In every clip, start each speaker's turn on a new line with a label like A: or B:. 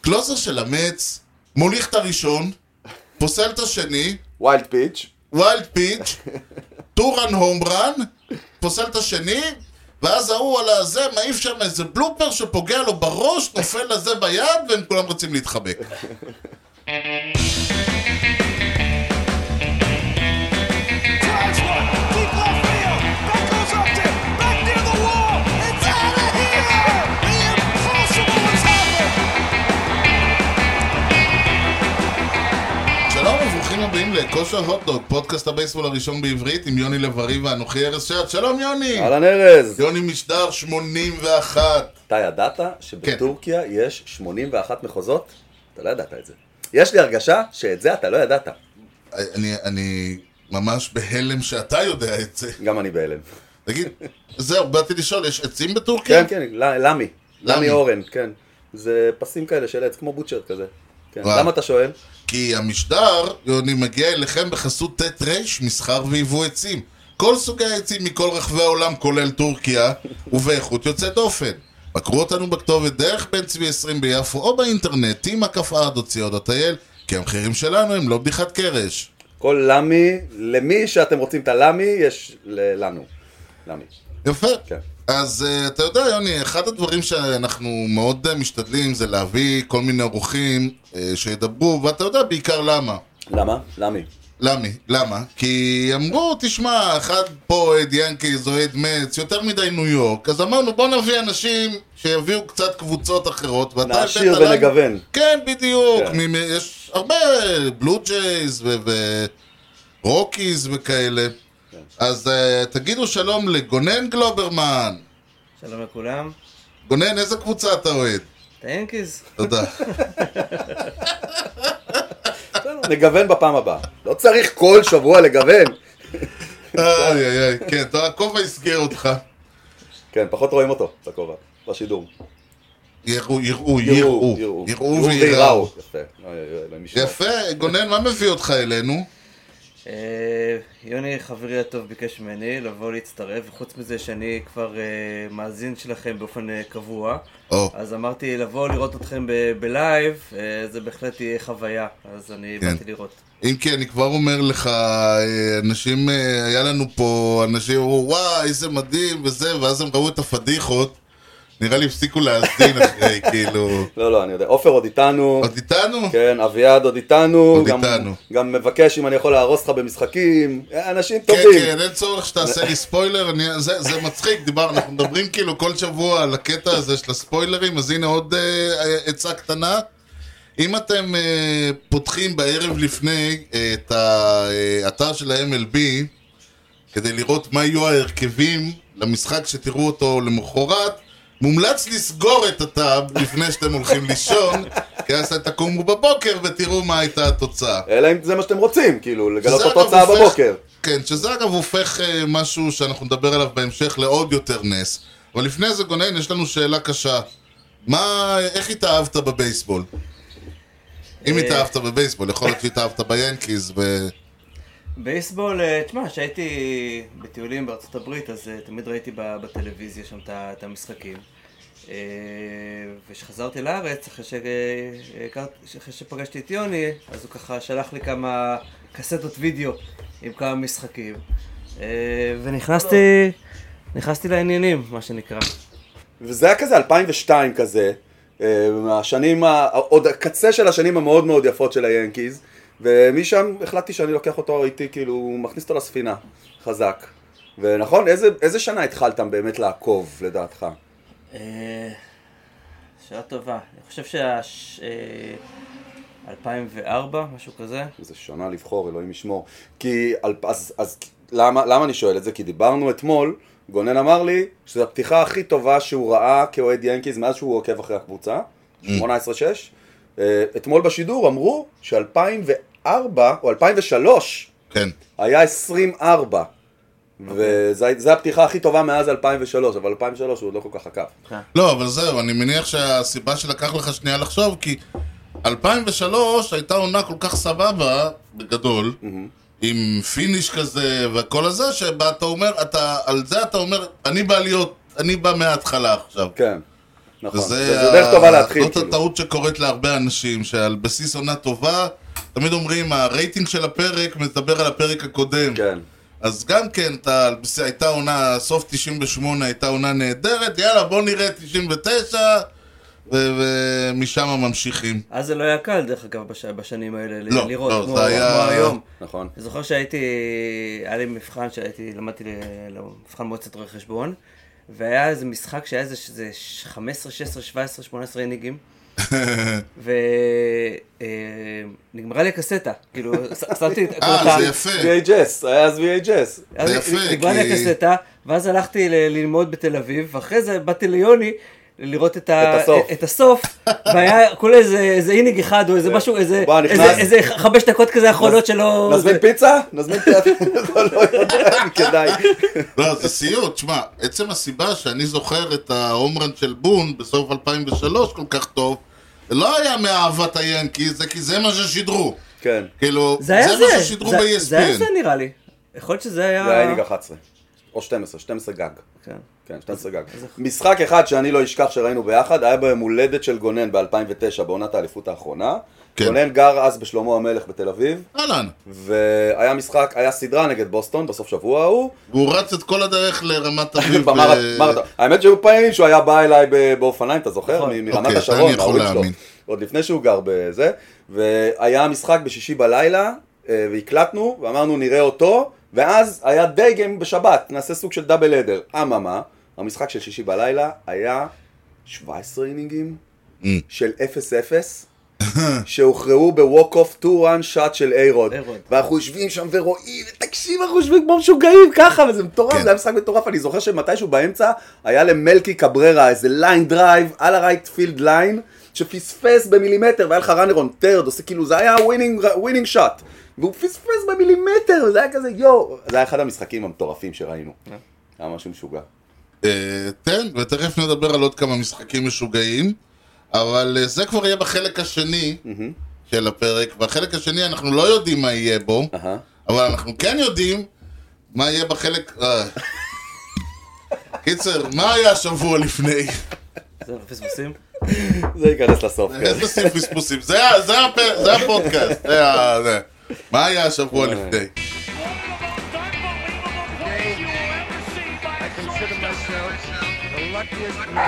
A: קלוזר של המץ, מוליך את הראשון, פוסל את השני,
B: ווילד פיץ'.
A: ווילד פיץ', טורן הומרן, פוסל את השני, ואז ההוא על הזה מעיף שם איזה בלופר שפוגע לו בראש, נופל לזה ביד, והם כולם רוצים להתחבק.
C: Drives one. Deep left field. That goes up there. Back near the wall. It's out of here. The impossible has happened.
A: שלום וברוכים הבאים לכושר הוטדוג, פודקאסט הבייסבול הראשון בעברית עם יוני לב-ארי ואנוכי ארז שעד. שלום יוני!
B: אהלן ארז!
A: יוני משדר 81.
B: אתה ידעת שבטורקיה
A: כן.
B: יש 81 מחוזות? אתה לא ידעת את זה. יש לי הרגשה שאת זה אתה לא ידעת.
A: אני, אני ממש בהלם שאתה יודע את זה.
B: גם אני בהלם.
A: תגיד, זהו, באתי לשאול, יש עצים בטורקיה?
B: כן, כן, ל- למי.
A: למי.
B: למי אורן, כן. זה פסים כאלה של עץ, כמו בוטשר כזה. כן.
A: וואו.
B: למה אתה שואל?
A: כי המשדר, יוני, מגיע אליכם בחסות ט' ר', מסחר ויבוא עצים. כל סוגי העצים מכל רחבי העולם, כולל טורקיה, ובאיכות יוצאת דופן. בקרו אותנו בכתובת דרך בן צבי 20 ביפו, או באינטרנט, תימא כפעד או ציוד הטייל, כי המחירים שלנו הם לא בדיחת קרש.
B: כל למי, למי שאתם רוצים את הלמי, יש ל- לנו. למי.
A: יפה.
B: כן.
A: אז uh, אתה יודע, יוני, אחד הדברים שאנחנו מאוד uh, משתדלים זה להביא כל מיני אורחים uh, שידברו, ואתה יודע בעיקר למה.
B: למה? למי.
A: למי? למה? כי אמרו, תשמע, אחד פה אוהד ינקיז, אוהד מצ, יותר מדי ניו יורק, אז אמרנו, בוא נביא אנשים שיביאו קצת קבוצות אחרות, ואתה
B: נעשיר
A: הבאת לנו-
B: ונגוון.
A: כן, בדיוק.
B: כן.
A: ממ- יש הרבה בלו ג'ייז ורוקיז וכאלה. אז אה, תגידו שלום לגונן גלוברמן.
D: שלום לכולם,
A: גונן, איזה קבוצה אתה אוהד?
D: את היאנקיז.
A: תודה. כן.
B: נגוון בפעם הבאה. לא צריך כל שבוע לגוון.
A: איי איי איי, כן, טוב, הכובע הסגיר אותך.
B: כן, פחות רואים אותו, את הכובע, בשידור.
A: יראו, יראו, יראו, יראו ויראו.
B: יפה. לא, אוי, אוי, אוי, אלוהים ישמור.
A: יפה, גונן, מה מביא אותך אלינו?
D: אה, יוני חברי הטוב ביקש ממני לבוא להצטרף, וחוץ מזה שאני כבר אה, מאזין שלכם באופן אה, קבוע,
A: או,
D: אז אמרתי לבוא לראות אתכם ב- בלייב, אה, זה בהחלט תהיה חוויה, אז אני
A: כן.
D: באתי לראות.
A: אם כי אני כבר אומר לך, אה, אנשים, אה, היה לנו פה, אנשים אמרו, וואי, איזה מדהים וזה, ואז הם ראו את הפדיחות, נראה לי הפסיקו להאזין אחרי, כאילו...
B: לא, לא, אני יודע. עופר עוד איתנו.
A: עוד איתנו?
B: כן, אביעד עוד איתנו.
A: עוד
B: גם-
A: איתנו.
B: גם מבקש אם אני יכול להרוס לך במשחקים. אנשים
A: כן,
B: טובים.
A: כן, אין צורך שתעשה לי ספוילר, אני, זה, זה מצחיק, דיבר, אנחנו מדברים כאילו כל שבוע על הקטע הזה של הספוילרים, אז הנה עוד אה, אה, עצה קטנה. אם אתם אה, פותחים בערב לפני אה, את האתר של ה-MLB, כדי לראות מה יהיו ההרכבים למשחק שתראו אותו למחרת, מומלץ לסגור את הטאב לפני שאתם הולכים לישון, כי אז אתם תקומו בבוקר ותראו מה הייתה התוצאה.
B: אלא אם זה מה שאתם רוצים, כאילו, לגלות
A: שזה,
B: את
A: אגב,
B: התוצאה
A: הופך-
B: בבוקר.
A: כן, שזה אגב הופך אה, משהו שאנחנו נדבר עליו בהמשך לעוד יותר נס. אבל לפני זה, גונן, יש לנו שאלה קשה. מה, איך התאהבת בבייסבול? אם
D: אה,
A: התאהבת בבייסבול, יכול להיות שהתאהבת ביאנקיז, ו...
D: בייסבול, אה, תשמע, כשהייתי בטיולים בארצות הברית, אז אה, תמיד ראיתי ב- בטלוויזיה שם את ה- את המשחקים. אה, וכשחזרתי לארץ, אחרי שהכרתי- אחרי שפגשתי את יוני, אז הוא ככה שלח לי כמה קסטות וידאו עם כמה משחקים. אה, ונכנסתי, נכנסתי לעניינים, מה שנקרא.
B: וזה היה כזה 2002 כזה, אה, השנים, ה- עוד הקצה של השנים המאוד מאוד יפות של היאנקיז, ומשם החלטתי שאני לוקח אותו איתי, כאילו, מכניס אותו לספינה, חזק. ונכון, איזה, איזה שנה התחלתם באמת לעקוב, לדעתך?
D: אה, שאלה טובה. אני חושב שה... ש- אה, 2004, משהו כזה.
B: איזה שנה לבחור, אלוהים ישמור. כי, על, אז, אז למה, למה אני שואל את זה? כי דיברנו אתמול, גונן אמר לי שזו הפתיחה הכי טובה שהוא ראה כאוהד ינקיז מאז שהוא עוקב אחרי הקבוצה,
A: Mm.
B: 18-6. אה, אתמול בשידור אמרו ש-2004 או 2003
A: כן.
B: היה 24.
A: אוקיי.
B: וזו הפתיחה הכי טובה מאז 2003, אבל 2003 הוא עוד לא כל כך עקב.
A: לא, אבל זהו, אני מניח שהסיבה שלקח לך שנייה לחשוב, כי 2003 הייתה עונה כל כך סבבה, בגדול,
B: Mm-hmm.
A: עם פיניש כזה והכל הזה, שבה אתה אומר, אתה, על זה אתה אומר, אני בא להיות, אני בא מההתחלה עכשיו.
B: כן. נכון.
A: וזה
B: זה דרך טובה להתחיל,
A: זאת
B: כאילו.
A: הטעות שקורית להרבה אנשים, שעל בסיס עונה טובה, תמיד אומרים, הרייטינג של הפרק מדבר על הפרק הקודם.
B: כן.
A: אז גם כן, אתה, הייתה עונה, סוף 98 הייתה עונה נהדרת, יאללה בוא נראה 99, ו- ומשם ממשיכים.
D: אז זה לא היה קל, דרך אגב, בש... בשנים האלה ל-
A: לא,
D: לראות,
A: לא,
D: כמו,
A: זה היה-
D: כמו היום.
B: נכון.
D: אני זוכר שהייתי, היה לי מבחן שהייתי, למדתי ל- למבחן מועצת רואי חשבון, והיה איזה משחק שהיה איזה שזה ש- 15, 16, 17, 18 אינינגים, ונגמרה אה, לי הקסטה, כאילו, ש- שמתי את
A: אה,
D: הקלטה.
A: זה יפה.
B: VHS, היה אז VHS.
D: אז
A: זה יפה,
D: נגמרה לי
A: כי-
D: הקסטה, ואז הלכתי ל- ללמוד בתל אביב, ואחרי זה באתי ליוני. לראות את, ה...
B: את הסוף.
D: את הסוף, והיה כל איזה, איזה אינינג אחד או איזה משהו, איזה,
B: כן. בוא, נכנס.
D: איזה, איזה חמש דקות כזה אחרונות שלא...
B: נזמין
D: זה-
B: פיצה? נזמין פיצה? לא, לא יודע, כדאי.
A: לא, זה סיוט, שמע, עצם הסיבה שאני זוכר את ההומרן של בון בסוף 2003 כל כך טוב, זה לא היה מאהבת היאנקי, זה כי זה מה ששידרו.
B: כן.
A: כאילו,
D: זה היה זה,
A: מה ששידרו
D: זה- זה היה
A: ב-ESPN.
D: זה נראה לי. יכול להיות שזה היה...
B: זה היה ליגה 11. או 12, 12 גג.
D: כן.
B: כן, 12 גג. משחק אחד שאני לא אשכח שראינו ביחד, היה ביום הולדת של גונן ב-2009, בעונת האליפות האחרונה.
A: כן.
B: גונן גר אז בשלמה המלך בתל אביב,
A: אהלן,
B: והיה משחק, היה סדרה נגד בוסטון בסוף שבוע ההוא.
A: והוא רץ את כל הדרך לרמת אביב. אה, ו-
B: במרתון. האמת שהיו פעמים שהוא היה בא אליי ב- באופניים, אתה זוכר?
D: נכון.
B: מ- מרמת
A: אוקיי,
B: השרון,
A: אתה אני יכול
B: מההורים שלו.
A: להאמין.
B: עוד לפני שהוא גר בזה. והיה משחק בשישי בלילה, אה, והקלטנו, ואמרנו נראה אותו, ואז היה דגם בשבת, נעשה סוג של דאבל עדר. אממה, המשחק של שישי בלילה היה 17 אינינגים
A: Mm.
B: של 0-0. שהוכרעו בווק אוף 2-1 שot של איירוד.
D: איירוד.
B: ואנחנו יושבים שם ורואים, תקשיב, אנחנו יושבים כמו משוגעים ככה, וזה מטורף,
A: כן.
B: זה היה משחק מטורף. אני זוכר שמתישהו באמצע היה למלקי קבררה איזה ליין דרייב, על הרייט פילד ליין, שפספס במילימטר, והיה לך ראנרון טרד, עושה כאילו, זה היה ווינינג שוט. והוא פספס במילימטר, וזה היה כזה יואו. זה היה אחד המשחקים המטורפים שראינו. היה משהו משוגע.
A: אה, כן, ותכף נדבר על עוד כמה משחקים משוגעים, אבל אה, זה כבר יהיה בחלק השני של הפרק, והחלק השני אנחנו לא יודעים מה יהיה בו,
B: אהה.
A: אבל אנחנו כן יודעים מה יהיה בחלק... אה. קיצר, מה היה השבוע לפני?
D: זה לא פספוסים.
B: זה ייכנס לסוף, כן.
A: איזה סין פספוסים, זה ה- זה הפ- זה הפודקאסט, זה ה- זה. מה היה
B: אה.
A: השבוע לפני?
E: I consider myself the luckiest man.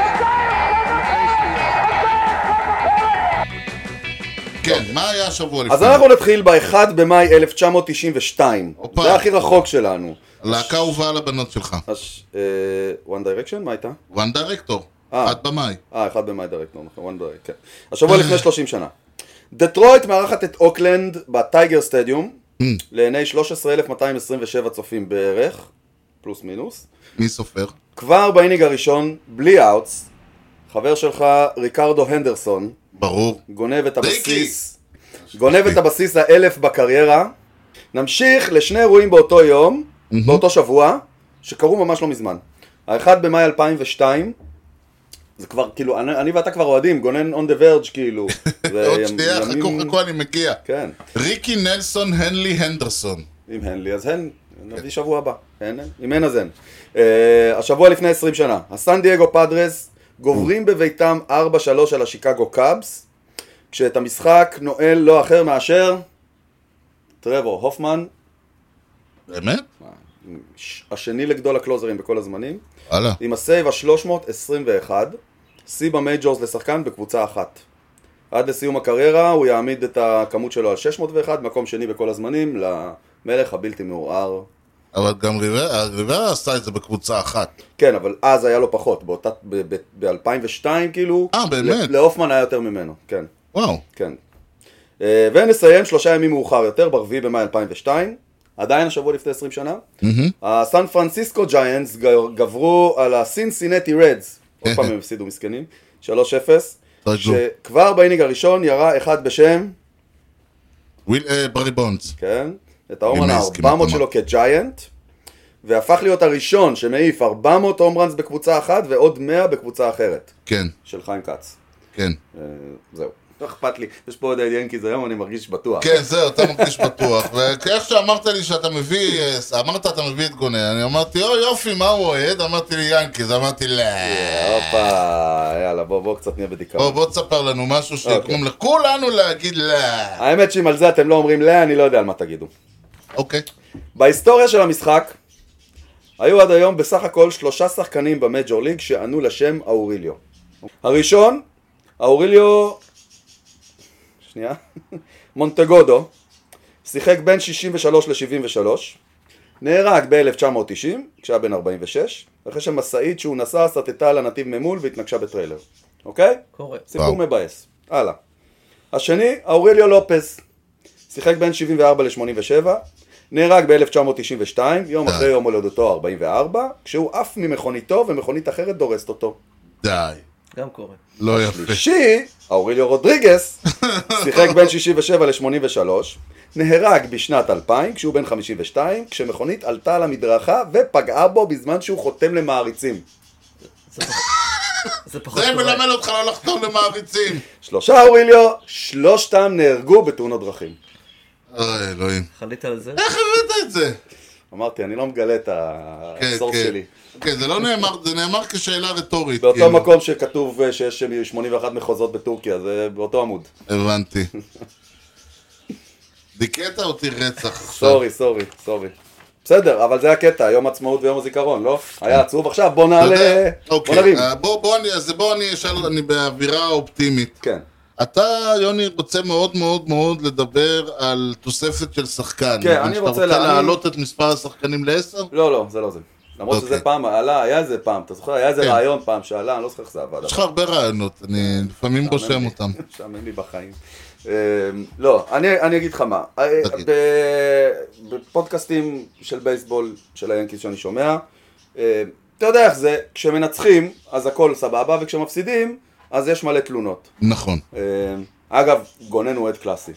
A: כן, מה היה השבוע לפני?
B: אז אנחנו נתחיל ב-1 במאי 1992.
A: הופה.
B: זה הכי רחוק שלנו.
A: להקה הובאה לבנות שלך,
B: הש... אה, One Direction? מה הייתה?
A: וואן דירקטור,
B: אה.
A: עד במאי.
B: אה, אחד במאי דיירקט, לא נכון, One Direction, כן. השבוע לפני 30 שנה. דטרויט מארחת את אוקלנד בטייגר סטדיום, לעיני 13,227 צופים בערך, פלוס מינוס.
A: מי סופר?
B: כבר באינינג הראשון, בלי אאוטס, חבר שלך, ריקרדו הנדרסון,
A: ברור.
B: גונב את
A: ריקי.
B: הבסיס, גונב
A: אוקיי.
B: את הבסיס האלף בקריירה. נמשיך לשני אירועים באותו יום, באותו שבוע, שקרו ממש לא מזמן. האחד במאי 2002, זה כבר, כאילו, אני, אני ואתה כבר אוהדים, גונן on the verge, כאילו. זה
A: עוד
B: ימ-
A: שנייה,
B: ימים-
A: חכו חכו אני מגיע.
B: כן,
A: ריקי נלסון הנלי הנדרסון.
B: אם אין לי אז אין, נביא שבוע הבא, אין, אין, אם אין אז אין. אה, השבוע לפני 20 שנה, הסן דייגו פאדרס גוברים בביתם 4-3 על השיקגו קאבס, כשאת המשחק נועל לא אחר מאשר טרוור הופמן,
A: באמת?
B: ש- השני לגדול הקלוזרים בכל הזמנים,
A: וואלה.
B: עם הסייב ה-321, שיא במייג'ורס לשחקן בקבוצה אחת. עד לסיום הקריירה הוא יעמיד את הכמות שלו על 601, מקום שני בכל הזמנים, למלך הבלתי מעורער.
A: אבל גם ריברה- ריברה עשתה את זה בקבוצה אחת.
B: כן, אבל אז היה לו פחות, באותה, ב-2002 כאילו,
A: אה, באמת?
B: ל- להופמן היה יותר ממנו, כן,
A: וואו.
B: כן. אה, ונסיים שלושה ימים מאוחר יותר, ב-4 במאי 2002, עדיין השבוע לפני 20 שנה, הסן פרנסיסקו ג'יינטס ג- גברו על הסינסינטי רדס, עוד פעם הם הפסידו מסכנים, 3-0,
A: תרגלו.
B: שכבר באינינג הראשון ירה אחד בשם,
A: וויל- אה, ברי בונדס.
B: כן, את ההומרן
A: אני מסכים,
B: ה-400
A: אתה
B: שלו כג'יינט, והפך להיות הראשון שמעיף 400 הומרנס בקבוצה אחת ועוד 100 בקבוצה אחרת,
A: כן,
B: של חיים כץ.
A: כן.
B: אה, זהו. לא אכפת לי, יש פה עוד ינקיז היום, אני מרגיש בטוח.
A: כן, זהו, אתה מרגיש בטוח. וכאיך שאמרת לי שאתה מביא, אה, אמרת אתה מביא את גונן, אני אמרתי, אוי יופי, מה הוא אוהד? אמרתי לי ינקיז, אמרתי לא.
B: הופה, יאללה, בוא, בוא קצת נהיה
A: בוא,
B: בדיכאון.
A: בוא תספר לנו משהו שיגרום
B: אוקיי.
A: לכולנו להגיד לא.
B: האמת שאם על זה אתם לא אומרים לא, אני לא יודע על מה תגידו.
A: אוקיי.
B: בהיסטוריה של המשחק, היו עד היום בסך הכל שלושה שחקנים במג'ור ליג שענו לשם האוריליו. הראשון, האוריליו... שנייה. מונטגודו, שיחק בין 63 ל-73, נהרג ב-1990, כשהיה בן 46, אחרי שמשאית שהוא נסע סטתה על הנתיב ממול והתנגשה בטריילר. אוקיי?
D: קורה.
B: סיפור
A: וואו.
B: מבאס. הלאה. השני, האוריליו לופז. שיחק בין 74 ל-87, נהרג ב-1992, יום
A: די.
B: אחרי יום הולדתו ה-44, כשהוא עף ממכוניתו ומכונית אחרת דורסת אותו.
A: די.
D: גם קורה.
A: לא יפה.
B: שלישי, האוריליו רודריגס, שיחק בין 67 ל-83, נהרג בשנת 2000, כשהוא בן 52, כשמכונית עלתה על המדרכה ופגעה בו בזמן שהוא חותם למעריצים.
D: זה פחות- זה פחות
A: זה
D: קורה.
A: מלמד אותך לא לחתום למעריצים.
B: שלושה אוריליו, שלושתם נהרגו בתאונות דרכים.
A: אוי, אלוהים.
D: חלית על זה?
A: איך הבאת את זה?
B: אמרתי, אני לא מגלה את הסורס שלי.
A: כן, זה לא נאמר, זה נאמר כשאלה רטורית.
B: באותו
A: כאילו.
B: מקום שכתוב אה, שיש 81 מחוזות בטורקיה, זה באותו עמוד.
A: כן. הבנתי. דיכאת אותי רצח עכשיו.
B: סורי, סורי, סורי. בסדר, אבל זה הקטע, יום עצמאות ויום הזיכרון, לא? היה עצוב עכשיו, בוא
A: כן. אתה יודע,
B: נעלה... בוא
A: אוקיי,
B: נרים.
A: אה, בוא בוא אני- אז בוא אני אשאל, אני באווירה אופטימית.
B: כן.
A: אתה, יוני, רוצה מאוד מאוד מאוד לדבר על תוספת של שחקן.
B: כן,
A: אבל
B: אני
A: שאתה
B: רוצה
A: רוצה
B: לה-
A: להעלות את מספר השחקנים לעשר?
B: לא, לא, זה לא זה. למרות
A: אוקיי.
B: שזה פעם עלה, היה איזה פעם, אתה זוכר? היה
A: כן.
B: איזה רעיון פעם שעלה, אני לא זוכר איך זה עבד.
A: יש לך
B: אבל-
A: הרבה רעיונות, אני לפעמים רושם אותם.
B: משעמם לי בחיים. אמ, לא, אני אני אגיד לך מה. אה,
A: תגיד.
B: ב- בפודקאסטים של בייסבול, של היאנקיז שאני שומע, אה, אתה יודע איך זה, כשמנצחים, אז הכל סבבה, וכשמפסידים, אז יש מלא תלונות.
A: נכון.
B: אה, אגב, גונן הוא עד קלאסי.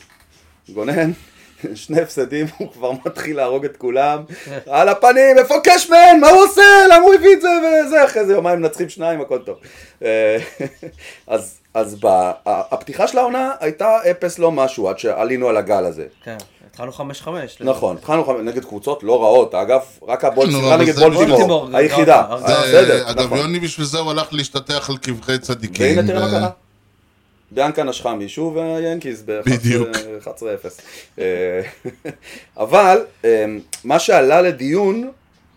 B: גונן, שני הפסדים, הוא כבר מתחיל להרוג את כולם. על הפנים, איפה קשמן? מה הוא עושה? למה הוא הביא את זה וזה? אחרי זה יומיים מנצחים שניים, הכל טוב. אה, אז, אז ב, ה- הפתיחה של העונה הייתה אפס לא משהו, עד שעלינו על הגל הזה.
D: כן. התחלנו חמש חמש.
B: נכון, התחלנו חמ- נגד קבוצות לא רעות, אגב, רק
A: נו,
B: הבולטימור,
A: אבל
B: נגד
A: זה
B: בולטימור,
D: בולטימור, זה לא
B: היחידה,
D: רע, זה-
B: אה,
A: זה-
B: בסדר,
A: אגב,
B: נכון.
A: יוני בשביל זה הוא הלך להשתטח על קברי צדיקים. אה,
B: והנה תראה מה
A: ו-
B: קרה. ביאנקה נשכה מישהו והיאנקיז אה,
A: בדיוק.
B: ב-11-0. אה, אבל אמ, מה שעלה לדיון,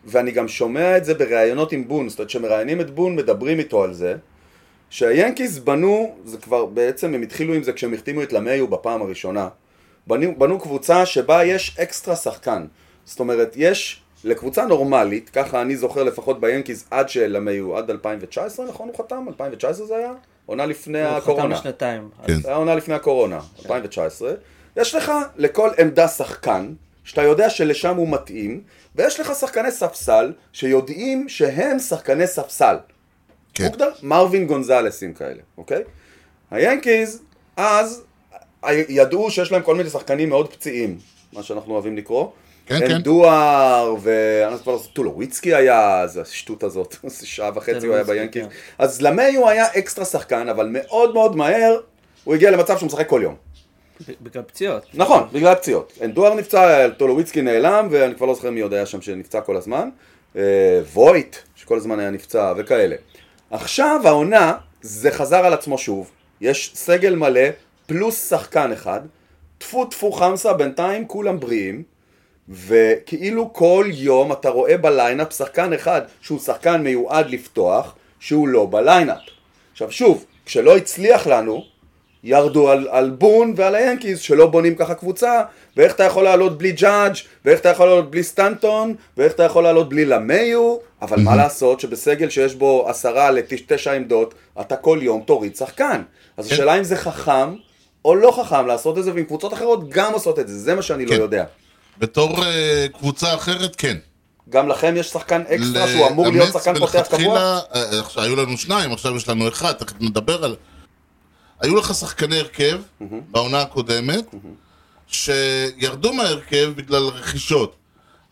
B: ואני גם שומע את זה בראיונות עם בון, זאת אומרת שמראיינים את בון מדברים איתו על זה, שהיאנקיז בנו, זה כבר בעצם הם התחילו עם זה כשהם החתימו את למיו בפעם הראשונה, בנו, בנו קבוצה שבה יש אקסטרה שחקן. זאת אומרת, יש לקבוצה נורמלית, ככה אני זוכר לפחות ביאנקיז עד שלמיו, עד 2019 נכון הוא חתם? 2019 זה היה? עונה לפני
D: הקורונה. הוא
B: הקורונה.
D: חתם שנתיים.
A: כן.
B: זה היה עונה לפני הקורונה, 2019. יש לך לכל עמדה שחקן, שאתה יודע שלשם הוא מתאים, ויש לך שחקני ספסל, שיודעים שהם שחקני ספסל.
A: כן.
B: מוגדר מרווין גונזלסים כאלה, אוקיי? היאנקיז, אז ה- ידעו שיש להם כל מיני שחקנים מאוד פציעים, מה שאנחנו אוהבים לקרוא.
A: כן, כן.
B: אנדואר, ואני כבר לא זוכר, טולוויצקי היה, אז השטות הזאת, אז שעה וחצי הוא היה
D: טולוויצקי,
B: ביאנקיז.
D: כן.
B: אז למי הוא היה אקסטרה שחקן, אבל מאוד מאוד מהר הוא הגיע למצב שהוא משחק כל יום.
D: בגלל פציעות.
B: נכון, בגלל הפציעות. אנדואר נפצע, טולוויצקי נעלם, ואני כבר לא זוכר מי עוד היה שם שנפצע כל הזמן. אה, וויט, שכל הזמן היה נפצע, וכאלה. עכשיו העונה, זה חזר על עצמו שוב. יש סגל מלא, פלוס שחקן אחד. טפו טפו חמסה, בינתיים כולם בריאים. וכאילו כל יום אתה רואה בליינאפ שחקן אחד שהוא שחקן מיועד לפתוח, שהוא לא בליינאפ. עכשיו שוב, כשלא הצליח לנו, ירדו על, על בון ועל היאנקיז שלא בונים ככה קבוצה, ואיך אתה יכול לעלות בלי ג'אדג', ואיך אתה יכול לעלות בלי סטנטון, ואיך אתה יכול לעלות בלי למיו, אבל מה לעשות שבסגל שיש בו עשרה לתשע עמדות, אתה כל יום תוריד שחקן. אז
A: כן.
B: השאלה אם זה חכם או לא חכם לעשות את זה, ואם קבוצות אחרות גם עושות את זה, זה מה שאני לא
A: כן.
B: יודע.
A: בתור אה, קבוצה אחרת, כן.
B: גם לכם יש שחקן אקסטרה
A: ל-
B: שהוא אמור להיות
A: אמץ
B: שחקן פותח קבוע?
A: מלכתחילה, אה, עכשיו, היו לנו שניים, עכשיו יש לנו אחד, תכף נדבר על... היו לך שחקני הרכב בעונה הקודמת, שירדו מההרכב בגלל רכישות.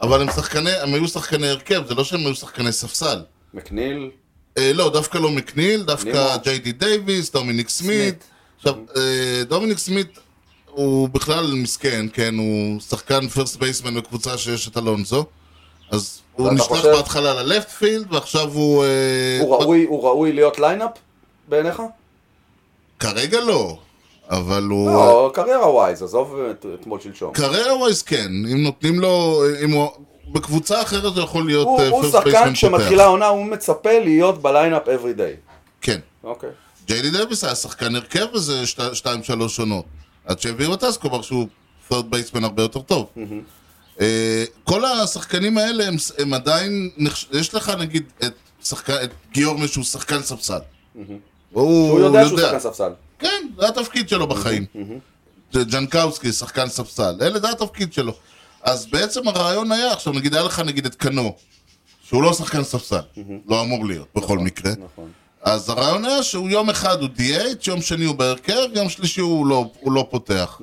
A: אבל הם שחקני, הם היו שחקני הרכב, זה לא שהם היו שחקני ספסל.
B: מקניל,
A: אה, לא, דווקא לא מקניל, דווקא
B: נימו.
A: ג'יי די דייוויס, דומיניק סמית, עכשיו, אה, דומיניק סמית הוא בכלל מסכן, כן? הוא שחקן פרסט בייסמן בקבוצה שיש את אלונזו. אז הוא
B: ואתה
A: נשלח
B: חושב-
A: בהתחלה ללפט פילד, ועכשיו הוא... אה,
B: הוא ראוי- הוא ראוי להיות ליינאפ בעיניך?
A: כרגע לא, אבל הוא...
B: לא, קריירה ווייז, עזוב את- אתמול שלשום.
A: קריירה ווייז כן, אם נותנים לו, אם הוא... בקבוצה אחרת הוא יכול להיות
B: הוא
A: אה,
B: הוא
A: first
B: שחקן
A: baseman
B: שמתחילה העונה, הוא מצפה להיות בליינאפ אברי דיי.
A: כן.
B: אוקיי.
A: ג'יידי דוויס היה שחקן הרכב איזה שת- שתיים שלוש עונות. עד שהביאו את אסקובר שהוא third baseman הרבה יותר טוב. אה, כל השחקנים האלה הם, הם עדיין, נחש- יש לך נגיד את, שחקן, את גיורמה שהוא שחקן ספסל.
B: הוא יודע שהוא שחקן ספסל.
A: כן, זה התפקיד שלו בחיים. ג'נקאוסקי, שחקן ספסל. אלה, זה התפקיד שלו. אז בעצם הרעיון היה, עכשיו נגיד, היה לך נגיד את קנו, שהוא לא שחקן ספסל. לא אמור להיות, בכל מקרה.
B: נכון.
A: אז הרעיון היה שהוא יום אחד הוא DH, יום שני הוא בהרכב, יום שלישי הוא לא, הוא לא פותח.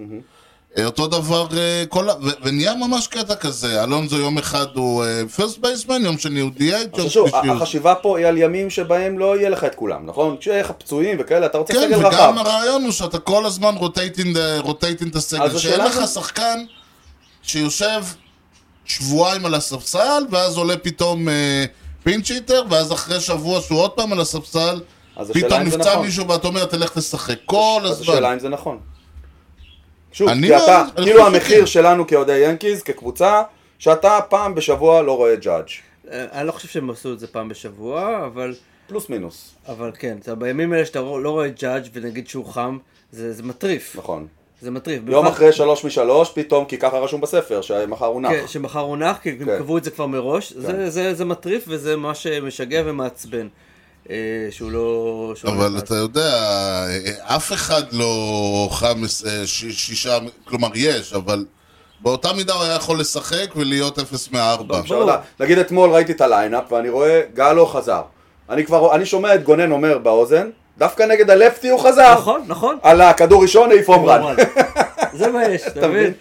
A: אה, אותו דבר, אה, כל, ה- ו- ונהיה ממש קטע כזה, אלונזו יום אחד הוא פרסט בייסמן, יום שני הוא DH, יום
B: שוב,
A: שלישי הוא...
B: החשיבה פה היא על ימים שבהם לא יהיה לך את כולם, נכון? כשיהיה לך פצועים וכאלה, אתה רוצה
A: כן,
B: סגל רחב.
A: וגם הרעיון הוא שאתה כל הזמן רוטייטינג את הסגל,
B: אז
A: שאין
B: השאלה
A: לך
B: היא-
A: שחקן שיושב שבועיים על הספסל, ואז עולה פתאום אה, פינצ'יטר, ואז אחרי שבוע שהוא עוד פעם על הספסל,
B: אז השאלה
A: פתאום
B: אם זה
A: נפצע
B: נכון.
A: מישהו ואתה אומר תלך לשחק כל
B: אז
A: הזמן.
B: השאלה אם זה נכון. שוב,
A: אני
B: כי
A: לא-
B: אתה,
A: אני
B: כאילו
A: חושב שכן.
B: המחיר שלנו כאוהדי ינקיז, כקבוצה, שאתה פעם בשבוע לא רואה ג'אדג'.
D: אה, אני לא חושב שהם עשו את זה פעם בשבוע, אבל,
B: פלוס מינוס,
D: אבל כן, אתה, בימים האלה שאתה לא רואה ג'אדג' ונגיד שהוא חם, זה, זה מטריף.
B: נכון.
D: זה מטריף.
B: יום
D: במיוחד-
B: אחרי שלוש משלוש, פתאום, כי ככה רשום בספר, שמחר הוא נח.
D: כן, שמחר הוא נח, כי הם
B: כן.
D: קבעו את זה כבר מראש. זה, זה, זה מטריף וזה ממש משגע ומעצבן. אה, שהוא לא... שהוא לא
B: נכון.
A: אבל
D: נכנס.
A: אתה יודע, אה, אף אחד לא חמש, אה, ש- שישה, כלומר יש, אבל באותה מידה הוא היה יכול לשחק ולהיות אפס מארבע.
B: אפשר לדעת. נגיד אתמול ראיתי את הליינאפ ואני רואה גלו חזר. אני כבר, אני שומע את גונן אומר באוזן, דווקא נגד הלפטי הוא חזר.
D: נכון, נכון.
B: על הכדור ראשון העיף הום רן.
D: זה מה יש, אתה מבין?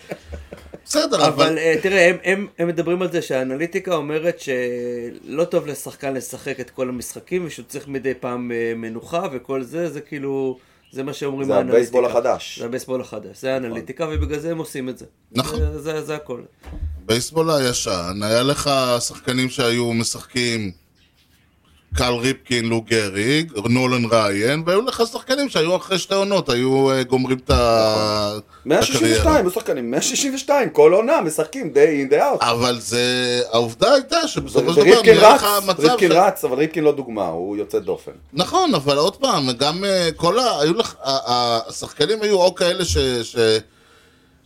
A: בסדר, אבל...
D: אבל אה, תראה, הם, הם, הם מדברים על זה שהאנליטיקה אומרת שלא טוב לשחקן לשחק את כל המשחקים ושהוא צריך מדי פעם אה, מנוחה וכל זה, זה כאילו, זה מה שאומרים
B: זה
D: האנליטיקה.
B: הבייסבול החדש. נכון.
D: זה הבייסבול החדש, זה האנליטיקה ובגלל זה הם עושים את זה.
A: נכון.
D: זה, זה, זה הכל.
A: בייסבול הישן, היה לך שחקנים שהיו משחקים קל ריפקין, לו גריג, נולן ריין, והיו לך שחקנים שהיו אחרי שתי עונות, היו אה, גומרים את ה- את הקריירה.
B: 162, היו שחקנים 162, כל עונה משחקים די אין די אאוט.
A: אבל זה, העובדה הייתה שבסופו של דבר
B: ריבקין
A: נראה לך
B: רץ,
A: מצב
B: ריבקין
A: ש-
B: רץ, אבל ריבקין לא דוגמה, הוא יוצא דופן.
A: נכון, אבל עוד פעם, גם אה, כל ה... היו לך... ה- ה- השחקנים היו או כאלה ש... ש...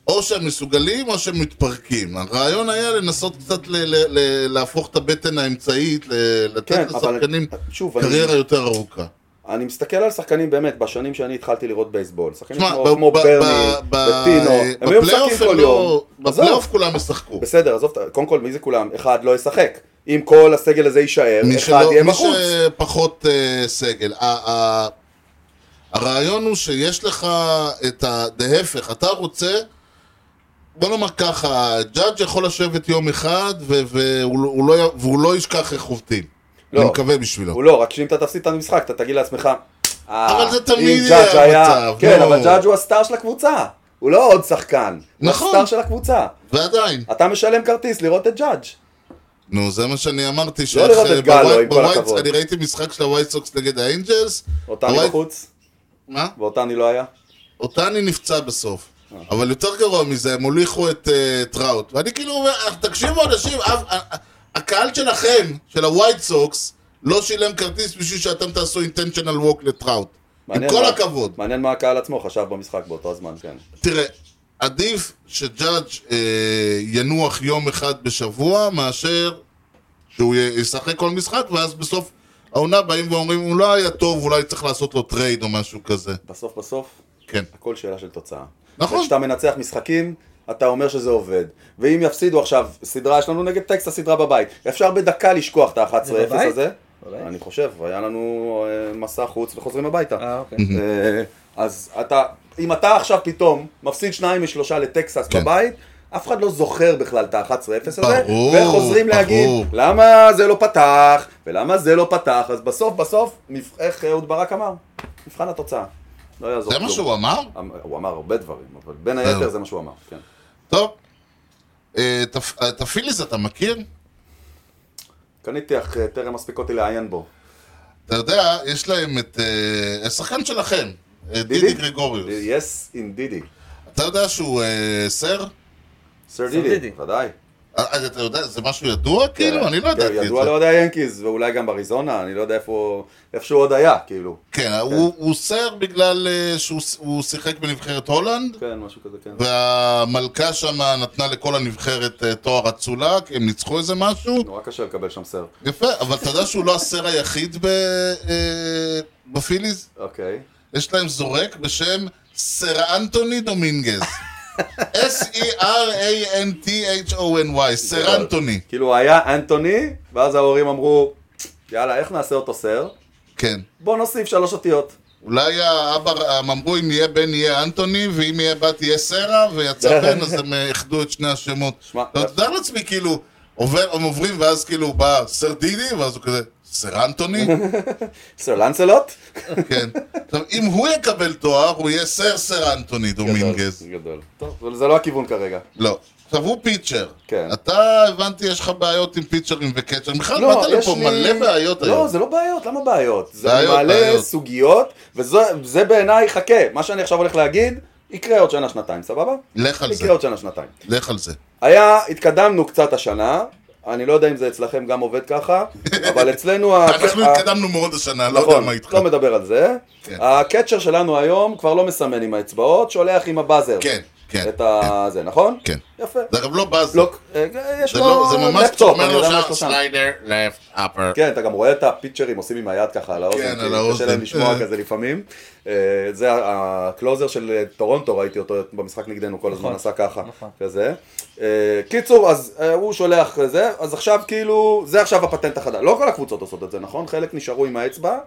A: או שהם מסוגלים או שהם מתפרקים. הרעיון היה לנסות קצת ל- ל- ל- להפוך את הבטן האמצעית, ל- לתת
B: כן, אבל-
A: לשחקנים
B: שוב, אני-
A: קריירה יותר ארוכה.
B: אני מסתכל על שחקנים באמת, בשנים שאני התחלתי לראות בייסבול, שחקנים
A: תשמע,
B: כמו-
A: ב-
B: כמו
A: ב- ב-
B: ברני,
A: ב-
B: וטינו, הם היו משחקים
A: בפלייאוף
B: כל
A: הם
B: יום.
A: לא- בפלייאוף כולם ישחקו.
B: בסדר, עזוב, את- קודם כל מי זה כולם? אחד לא ישחק. אם כל הסגל הזה יישאר,
A: מי
B: אחד
A: שלא-
B: יהיה
A: מי
B: בחוץ.
A: שפחות אה, סגל. ה- ה- הרעיון הוא שיש לך את ה... להפך, אתה רוצה... בוא נאמר ככה, ג'אדג' יכול לשבת יום אחד ו- והוא, לא- הוא לא, י- והוא לא ישכח איך עובדים.
B: לא.
A: אני מקווה בשבילו.
B: הוא לא, רק שאם אתה תפסיד את המשחק, אתה תגיד לעצמך, "אה,
A: אבל זה
B: אם
A: תמיד
B: ג'אדג'
A: יהיה
B: היה-
A: המצב, לא.
B: כן,
A: נו."
B: אבל ג'אדג' הוא הסטאר של הקבוצה. הוא לא עוד שחקן.
A: נכון.
B: הוא הסטאר של הקבוצה.
A: ועדיין,
B: אתה משלם כרטיס לראות את ג'אדג'.
A: נו זה מה שאני אמרתי,
B: לא לראות את גלו, עם כל הכבוד.
A: אני ראיתי משחק של הווייט סוקס נגד האנג'לס,
B: אותה אני
A: הווייט-
B: בחוץ,
A: מה?
B: ואותה אני לא היה.
A: אותני נפצע בסוף. אבל יותר גרוע מזה, הם הוליכו את אה, טראוט. ואני כאילו אומר, "אה, תקשיבו אנשים, אף- ה- ה- הקהל שלכם, של הווייט סוקס, לא שילם כרטיס בשביל שאתם תעשו אינטנשיונל ווק לטראוט. עם
B: מעניין
A: כל
B: מה-
A: הכבוד.
B: מעניין מה הקהל עצמו חשב במשחק באותו הזמן, כן.
A: תראה, עדיף שג'אדג' אה, ינוח יום אחד בשבוע, מאשר שהוא י- ישחק כל משחק, ואז בסוף העונה באים ואומרים, הוא לא היה טוב, אולי צריך לעשות לו טרייד או משהו כזה.
B: בסוף בסוף,
A: כן.
B: הכל שאלה של תוצאה.
A: נכון.
B: כשאתה מנצח משחקים, אתה אומר שזה עובד. ואם יפסידו עכשיו, סדרה, יש לנו נגד טקסס סדרה בבית. אפשר בדקה לשכוח את
D: זה
B: ה-11-0
D: בבית?
B: הזה.
D: בבית?
B: אני חושב, היה לנו אה, מסע חוץ וחוזרים הביתה.
D: אה, אוקיי.
B: אה, אז אתה, אם אתה עכשיו פתאום מפסיד שניים משלושה לטקסס
A: כן.
B: בבית, אף אחד לא זוכר בכלל את ה-11-0 הזה,
A: ברור,
B: וחוזרים להגיד,
A: ברור.
B: למה זה לא פתח, ולמה זה לא פתח, אז בסוף בסוף, נבח- איך אהוד ברק אמר? מבחן התוצאה. לא יעזור
A: זה מה שהוא אמר?
B: אמר? אמ, הוא אמר הרבה דברים, אבל בין היתר
A: זהו.
B: זה מה שהוא אמר, כן.
A: טוב. אה, את הפ- את הפיליז אתה מכיר?
B: קניתי אך אה, טרם מספיק אותי לעיין בו.
A: אתה יודע, יש להם את... אה, השחקן שלכם, אה, דידי גרגוריוס.
B: יס אינדידי.
A: אתה יודע שהוא אה, סר?
B: סר
D: דידי.
B: דידי, ודאי.
A: אה, אה, אתה יודע, זה משהו ידוע? כאילו, אני לא
B: כן,
A: ידעתי את
B: ידוע
A: זה.
B: לאוהדי היאנקיז, ואולי גם באריזונה, אני לא יודע איפה... איפה שהוא עוד היה, כאילו.
A: כן, הוא הוא סר בגלל אה, שהוא ש- הוא שיחק בנבחרת הולנד,
B: כן, משהו כזה, כן.
A: והמלכה שם נתנה לכל הנבחרת אה, תואר אצולה, כי הם ניצחו איזה משהו.
B: נורא קשה לקבל שם סר.
A: יפה, אבל אתה יודע שהוא לא הסר היחיד ב- אה, בפיליז?
B: אוקיי.
A: יש להם זורק בשם סר אנטוני דומינגז. E S-E-R-A-N-T-H-O-N-Y, סר אנטוני.
B: כאילו היה אנטוני, ואז ההורים אמרו, יאללה, איך נעשה אותו סר?
A: כן.
B: בוא נוסיף שלוש אותיות.
A: אולי האבא, הם אמרו אם יהיה בן יהיה אנטוני, ואם יהיה בת יהיה סרה, ויצא בן, אז הם אה, איחדו את שני השמות.
B: שמע,
A: אתה יודע לעצמי, כאילו, עובר, הם עוברים, ואז כאילו בא סר דידי, ואז הוא כזה, סר אנטוני?
B: סר לנצלוט?
A: כן. עכשיו, אם הוא יקבל תואר, הוא יהיה סר סר אנטוני דומינגז.
B: גדול, גדול. טוב, אבל זה לא הכיוון כרגע.
A: לא. עכשיו, הוא פיצ'ר.
B: כן.
A: אתה, הבנתי, יש לך בעיות עם פיצ'רים וקצ'רים. בכלל, באת לפה מלא בעיות
B: לא,
A: היום.
B: זה לא בעיות, למה בעיות? זה
A: בעיות,
B: מעלה
A: בעיות.
B: סוגיות, וזה זה בעיניי, חכה, מה שאני עכשיו הולך להגיד, יקרה עוד שנה-שנתיים, סבבה?
A: לך על זה,
B: יקרה עוד שנה-שנתיים.
A: לך על זה.
B: היה, התקדמנו קצת השנה, אני לא יודע אם זה אצלכם גם עובד ככה, אבל אצלנו... ה-
A: אנחנו
B: ה-
A: התקדמנו מאוד השנה, לא יודע
B: אוקיי, אה, נכון,
A: מה איתך.
B: לא מדבר על זה.
A: כן.
B: הקצ'ר שלנו היום כבר לא מסמן עם האצבעות, שולח עם הבאזר.
A: כן, כן.
B: את ה... זה, נכון?
A: כן.
B: יפה.
A: זה גם לא באז.
B: לא, אה, יש
A: זה לא,
B: לו
A: זה ממש
B: לפטופ,
A: אומר
B: אני יודע מה יש
A: לו
B: לו שם.
A: סליידר, לפט, אפר.
B: כן, אתה גם רואה את הפיצ'רים עושים עם היד ככה על האוזן,
A: כן,
B: כי
A: על האוזן.
B: קשה להם לשמוע
A: אה.
B: כזה לפעמים. אה, זה ה- הקלוזר של אה, טורונטו, ראיתי אותו במשחק נגדנו, כל הזמן
D: נכון,
B: עשה ככה,
D: נכון.
B: כזה. אה, קיצור, אז אה, הוא שולח אה, זה, אז עכשיו כאילו, זה עכשיו הפטנט החדש. לא כל הקבוצות עושות את זה, נכון? חלק נשארו עם האצבע,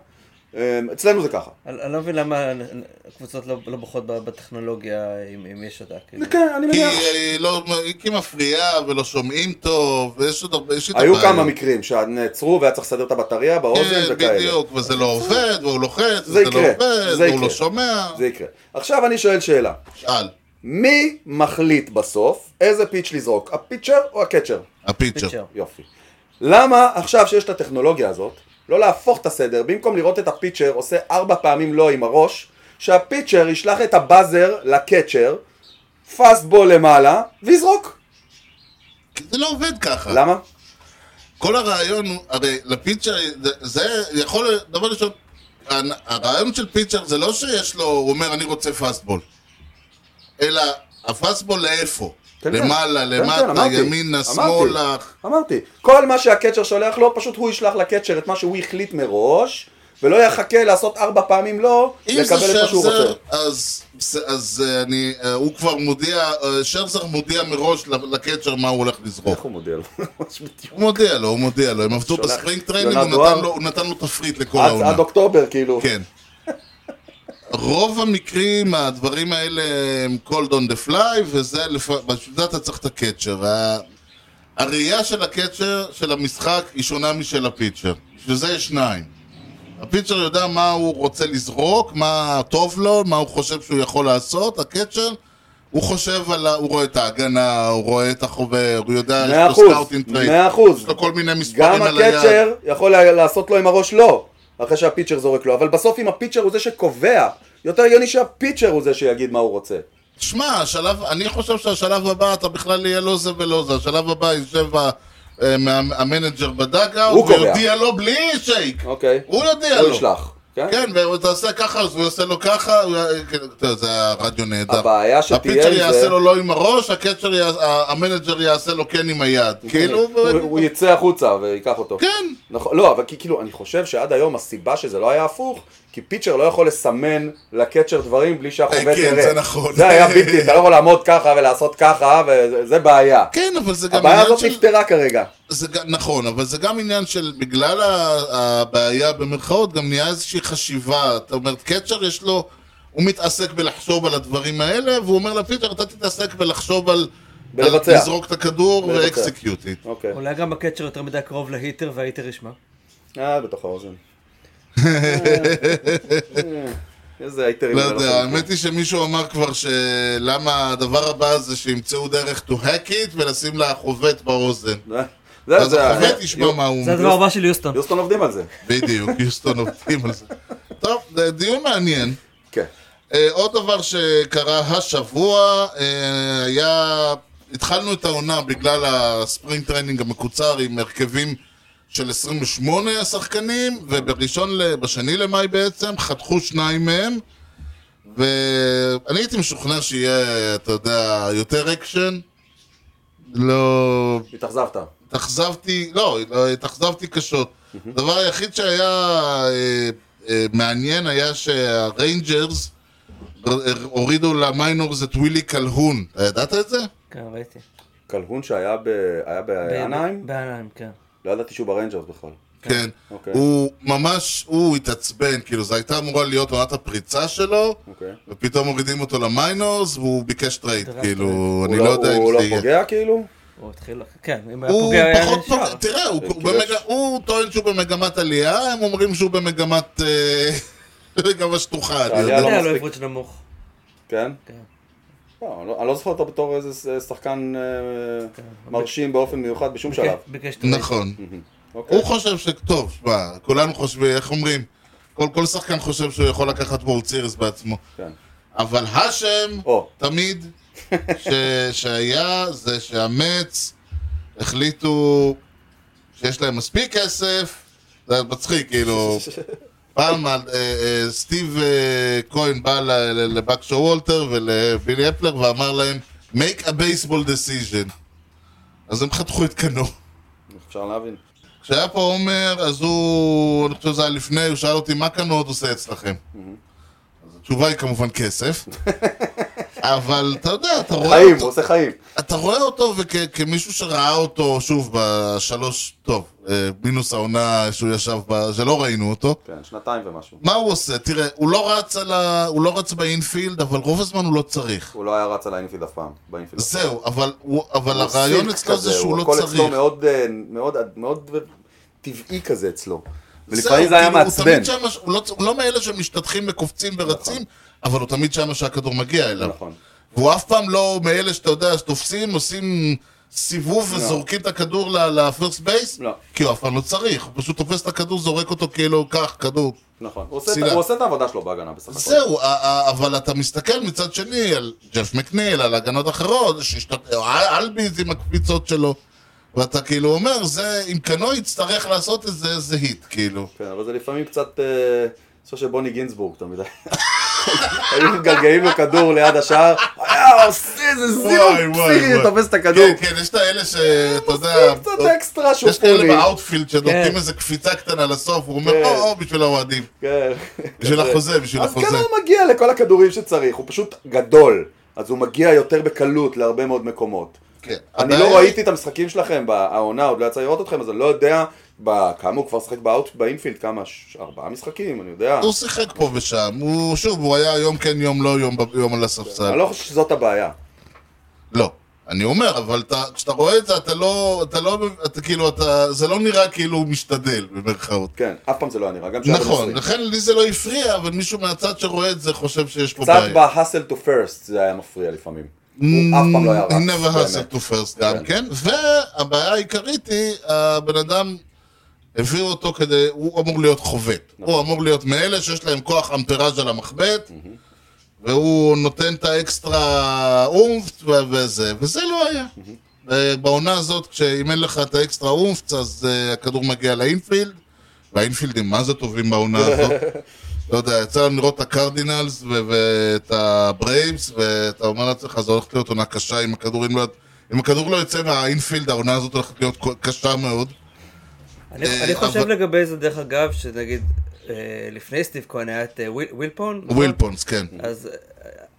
B: אה, אצלנו זה ככה.
D: אני אני לא מבין למה הקבוצות לא לא בוחרות ב- בטכנולוגיה, אם אם יש אותה. כאילו.
B: כן, אני
A: כי
B: מניח.
A: היא לא, כי היא מפריעה ולא שומעים טוב, ויש עוד הרבה, יש איתה
B: היו
A: בעיות.
B: כמה מקרים שנעצרו והיה צריך לסדר את הבטריה באוזן
A: כן,
B: וכאלה.
A: בדיוק, וזה לא עובד, והוא לוחץ,
B: זה
A: וזה לא
B: יקרה,
A: עובד,
B: זה
A: והוא
B: יקרה.
A: לא שומע.
B: זה יקרה. עכשיו אני שואל שאלה.
A: שאל,
B: מי מחליט בסוף איזה פיץ' לזרוק, הפיצ'ר או הקצ'ר?
A: הפיצ'ר.
D: פיצ'ר.
B: יופי. למה עכשיו שיש את הטכנולוגיה הזאת, לא להפוך את הסדר, במקום לראות את הפיצ'ר עושה ארבע פעמים לא עם הראש, שהפיצ'ר ישלח את הבאזר לקצ'ר, פאסטבול למעלה, ויזרוק.
A: כי זה לא עובד ככה.
B: למה?
A: כל הרעיון הוא, הרי לפיצ'ר, זה- זה יכול, דבר ראשון, הנ- הרעיון של פיצ'ר זה לא שיש לו, הוא אומר אני רוצה פסטבול, אלא הפסטבול לאיפה?
B: כן, כן.
A: למעלה,
B: כן, כן,
A: למטה,
B: אמרתי.
A: ימינה,
B: אמרתי.
A: שמאלה.
B: אמרתי, כל מה שהקצ'ר שולח לו, פשוט הוא ישלח לקצ'ר את מה שהוא החליט מראש, ולא יחכה לעשות ארבע פעמים לא,
A: אם
B: לקבל
A: זה
B: את מה שהוא רוצה.
A: שרזר, אז, אז, אז אה, אני, אה, הוא כבר מודיע, אה, שרזר מודיע מראש ל- לקצ'ר מה הוא הולך לזרוק.
B: איך הוא מודיע לו? ממש בדיוק.
A: הוא מודיע לו, הוא מודיע לו, הם עבדו
B: שולח
A: בספרינג טריינינג,
B: יונת
A: הוא נתן
B: דואר.
A: לו- הוא נתן לו תפריט לכל
B: עד
A: העונה.
B: עד אוקטובר, כאילו.
A: כן. רוב המקרים, הדברים האלה הם cold on the fly, וזה, לפ... בשביל זה אתה צריך את הקצ'ר. ה... הראייה של הקצ'ר, של המשחק, היא שונה משל הפיצ'ר. בשביל זה יש שניים. הפיצ'ר יודע מה הוא רוצה לזרוק, מה טוב לו, מה הוא חושב שהוא יכול לעשות, הקצ'ר... הוא חושב על ה... הוא רואה את ההגנה, הוא רואה את החובר, הוא יודע,
B: מאה אחוז, מאה אחוז.
A: יש לו כל מיני מספרים
B: גם
A: על היד.
B: הקצ'ר יכול היה לעשות לו עם הראש לא, אחרי שהפיצ'ר זורק לו, אבל בסוף אם הפיצ'ר הוא זה שקובע, יותר הגיוני שהפיצ'ר הוא זה שיגיד מה הוא רוצה.
A: שמע, השלב, אני חושב שהשלב הבא אתה בכלל יהיה לא זה ולא זה. השלב הבא יושב ה- אה, מה- המנג'ר בדאגה,
B: הוא
A: הוא
B: קובע.
A: יודיע לו בלי שייק.
B: אוקיי.
A: הוא יודיע
B: הוא
A: לו.
B: ישלח. כן?
A: כן, והוא תעשה ככה, אז הוא יעשה לו ככה, הוא י- כן, אתה יודע, זה הרדיו נהדר.
B: הבעיה שתהיה
A: הפיצ'ר
B: עם
A: יעשה
B: זה,
A: לו לא עם הראש, הקצ'ר, יע- ה- המנג'ר יעשה לו כן עם היד. כאילו,
B: הוא- הוא יצא החוצה ויקח אותו.
A: כן.
B: נכון, לא, אבל כי- כאילו, אני חושב שעד היום הסיבה שזה לא היה הפוך, כי פיצ'ר לא יכול לסמן לקצ'ר דברים בלי שהחובט
A: כן,
B: יראה.
A: זה נכון.
B: זה היה בלתי, אתה לא יכול לעמוד ככה ולעשות ככה, וזה זה בעיה.
A: כן, אבל זה גם
B: הבעיה
A: עניין
B: הזאת
A: של...
B: נפתרה כרגע.
A: זה גם, נכון, אבל זה גם עניין של, בגלל ה- הבעיה במרכאות, גם נהיה איזושהי חשיבה. אתה אומר, קצ'ר יש לו, הוא מתעסק בלחשוב על הדברים האלה, והוא אומר לפיצ'ר, אתה תתעסק בלחשוב על...
B: בלבצע.
A: על לזרוק את הכדור
B: בלבצע.
A: ואקסקיוט it.
B: אוקיי.
D: אולי גם הקצ'ר יותר מדי קרוב להיטר וההיטר ישמע.
B: אה, בתוך האוזן. איזה הייטרים.
A: לא
B: אנחנו
A: יודע,
B: פה.
A: האמת היא שמישהו אמר כבר שלמה הדבר הבא זה שימצאו דרך to hack it ולשים לה חובט באוזן.
B: זה- אה, זה-
A: אז
B: זה- אה,
A: החובט ישמע
B: יו-
A: מה הוא...
F: זה
D: לא-
F: הדבר הבא של יוסטון.
B: יוסטון עובדים על זה.
A: בדיוק, יוסטון עובדים על זה. טוב, זה דיון מעניין.
B: כן.
A: אה, עוד דבר שקרה השבוע, אה, היה... התחלנו את העונה בגלל הספרינג טריינינג המקוצר עם הרכבים של 28 שחקנים, ובראשון, ל- בשני למאי בעצם, חתכו שניים מהם, ואני הייתי משוכנע שיהיה, אתה יודע, יותר אקשן. לא...
B: התאכזבת.
A: התאכזבתי, לא, לא, התאכזבתי קשות. הדבר היחיד שהיה אה, אה, מעניין היה שהריינג'רס ר- ר- הורידו למיינורס את ווילי קלהון. אתה ידעת את זה?
F: כן, ראיתי.
B: קלהון שהיה ב- היה באנהיים?
F: בעניים, כן.
B: לא ידעתי שהוא בריינג'רס בכלל.
A: כן.
B: אוקיי.
A: הוא ממש, הוא התעצבן, כאילו, זו הייתה אמורה להיות עונת הפריצה שלו,
B: אוקיי.
A: ופתאום מורידים אותו למיינורס, והוא ביקש טרייד,
F: דראפט,
A: כאילו, אני
B: הוא
A: לא יודע
B: הוא
A: אם
B: לא
A: זה יהיה.
B: פוגע כאילו?
F: הוא התחיל... לח- כן, אם היה
A: הוא
F: פוגע היה
A: פחות
F: נשאר. כן,
A: פוגע, תראה, הוא- הוא
B: כאילו
A: במג-
B: יש-
A: הוא טוען שהוא במגמת עלייה, הם אומרים שהוא במגמת... אה, במגמה שטוחה. אתה
B: העלייה
A: יודע.
B: לא
F: היה לו
B: מספיק.
F: עברות נמוך.
B: כן?
F: כן.
B: לא, אני לא- אני לא זוכר אותו בתור איזה ש- שחקן אה,
F: כן.
B: מרשים באופן מיוחד בשום
D: אוקיי.
B: שלב.
F: ביקש- כן, ביקש
D: לא-
F: טרייד.
A: נכון.
B: אוקיי.
A: הוא חושב שטוב, שמע, כולנו חושבים, איך אומרים? כל כל שחקן חושב שהוא יכול לקחת וורד סיריס בעצמו.
B: כן.
A: אבל השם,
B: או,
A: תמיד, ש- שהיה, זה שהמץ החליטו שיש להם מספיק כסף, זה מצחיק, כאילו, פעם אה, אה, סטיב אה, כהן בא ל- ל- לבקשו וולטר ולבילי אפלר ואמר להם make a baseball decision אז הם חתכו את קנו.
B: אפשר להבין.
A: אוקיי. כשהיה פה עומר, אז הוא, אני חושב שזה היה לפני, הוא שאל אותי מה קנו עוד עושה אצלכם. אז התשובה היא כמובן כסף, אבל אתה יודע, אתה רואה
B: חיים, הוא
A: אותו,
B: עושה חיים.
A: אתה רואה אותו וכ- כמישהו שראה אותו, שוב, בשלוש, טוב, אה, מינוס העונה שהוא ישב בה, שלא ראינו אותו,
B: כן, שנתיים ומשהו.
A: מה הוא עושה? תראה, הוא לא רץ, על ה... הוא לא רץ באינפילד, אבל רוב הזמן הוא לא צריך.
B: הוא לא היה רץ על האינפילד אף פעם. באינפילד.
A: זהו, אבל, הוא... אבל
B: הוא
A: הרעיון
B: סילק
A: אצלו
B: כזה,
A: זה שהוא
B: הוא-
A: לא
B: הכל
A: צריך.
B: אצלו מאוד, אה, מאוד, מאוד טבעי כזה אצלו.
A: זהו,
B: ולפעמים זה היה
A: כאילו, הוא
B: מעצבן.
A: תמיד שמה, הוא, לא, הוא לא מאלה שמשתטחים וקופצים ורצים, אבל הוא תמיד שמה שהכדור מגיע אליו.
B: נכון.
A: והוא אף פעם לא מאלה שאתה יודע, שתופסים, עושים סיבוב וזורקים את הכדור לפרסט בייס,
B: לא.
A: כי הוא אף פעם לא צריך, הוא פשוט תופס את הכדור, זורק אותו כאילו, קח, כדור.
B: נכון. הוא עושה את-
A: סילק.
B: הוא עושה את העבודה שלו בהגנה בסך הכל.
A: זהו, ה- ה- אבל אתה מסתכל מצד שני על ג'ף מקניל, על הגנות אחרות, שהשתת- או אל- אלביז עם הקפיצות שלו, ואתה כאילו אומר, זה, אם קנו יצטרך לעשות את זה, זה היט, כאילו.
B: כן, אבל זה לפעמים קצת... אה, אני חושב שבוני גינזבורג תמיד היה. היו מגלגלים לו כדור ליד השער, היה עושה איזה
A: וואי,
B: זיון
A: וואי,
B: פסיכי,
A: וואי.
B: תופס את הכדור.
A: כן, כן, יש את האלה שאתה יודע...
B: קצת אקסטרה
A: יש כאלה
B: שופוני.
A: באאוטפילד שנותנים
F: כן.
A: איזה קפיצה קטנה לסוף, הוא אומר,
B: כן.
A: או, או, בשביל האוהדים.
B: כן.
A: בשביל החוזה, בשביל
B: אז
A: החוזה.
B: כנראה הוא מגיע לכל הכדורים שצריך, הוא פשוט גדול. אז הוא מגיע יותר בקלות להרבה מאוד מקומות.
A: כן.
B: אני
A: הבעיה
B: לא
A: היא-
B: ראיתי את המשחקים שלכם בעונה, עוד לא יצא לראות אתכם, אז אני לא יודע ב- כמה הוא כבר שיחק באאוט- באינפילד, כמה? ש- ארבעה משחקים, אני יודע.
A: הוא שיחק פה ושם, הוא, שוב, הוא היה יום כן, יום לא, יום ב- יום על הספסל.
B: אני לא חושב שזאת הבעיה.
A: לא. אני אומר, אבל אתה- כשאתה רואה את זה, אתה לא, אתה לא, אתה כאילו, אתה, זה לא נראה כאילו הוא משתדל, במרכאות.
B: כן, אף פעם זה לא היה נראה, גם שהיה בן
A: נכון,
B: 20.
A: לכן לי זה לא הפריע, אבל מישהו מהצד שרואה את זה חושב שיש פה
B: קצת
A: בעיה.
B: ב-hustle to first זה היה מפריע לפעמים. הוא אף פעם לא היה רץ.
A: never
B: באמת.
A: hustle to first גם כן, והבעיה העיקרית היא, הבן אדם, הביאו אותו כדי, הוא אמור להיות חובט.
B: נכון.
A: הוא אמור להיות מאלה שיש להם כוח אמפראז' על המחבט, והוא נותן את האקסטרה אומפט ו- וזה, וזה לא היה. אה, בעונה הזאת, כשאם אין לך את האקסטרה אומפט, אז אה, הכדור מגיע לאינפילד, והאינפילדים מה זה טובים בעונה הזאת. לא יודע, יצא לנו לראות את הקרדינלס ו- ואת הברייבס, ואתה אומר לעצמך, זה הולך להיות עונה קשה, אם הכדור, אם לא, אם הכדור לא יצא מהאינפילד, העונה הזאת הולכת להיות קשה מאוד.
F: אני
A: אה,
F: אני חושב
A: אבל-
F: לגבי זה, דרך אגב, שנגיד, אה, לפני סטיב כהן היה את אה, וויל- ווילפון. נכון?
A: ווילפונס, כן,
F: אז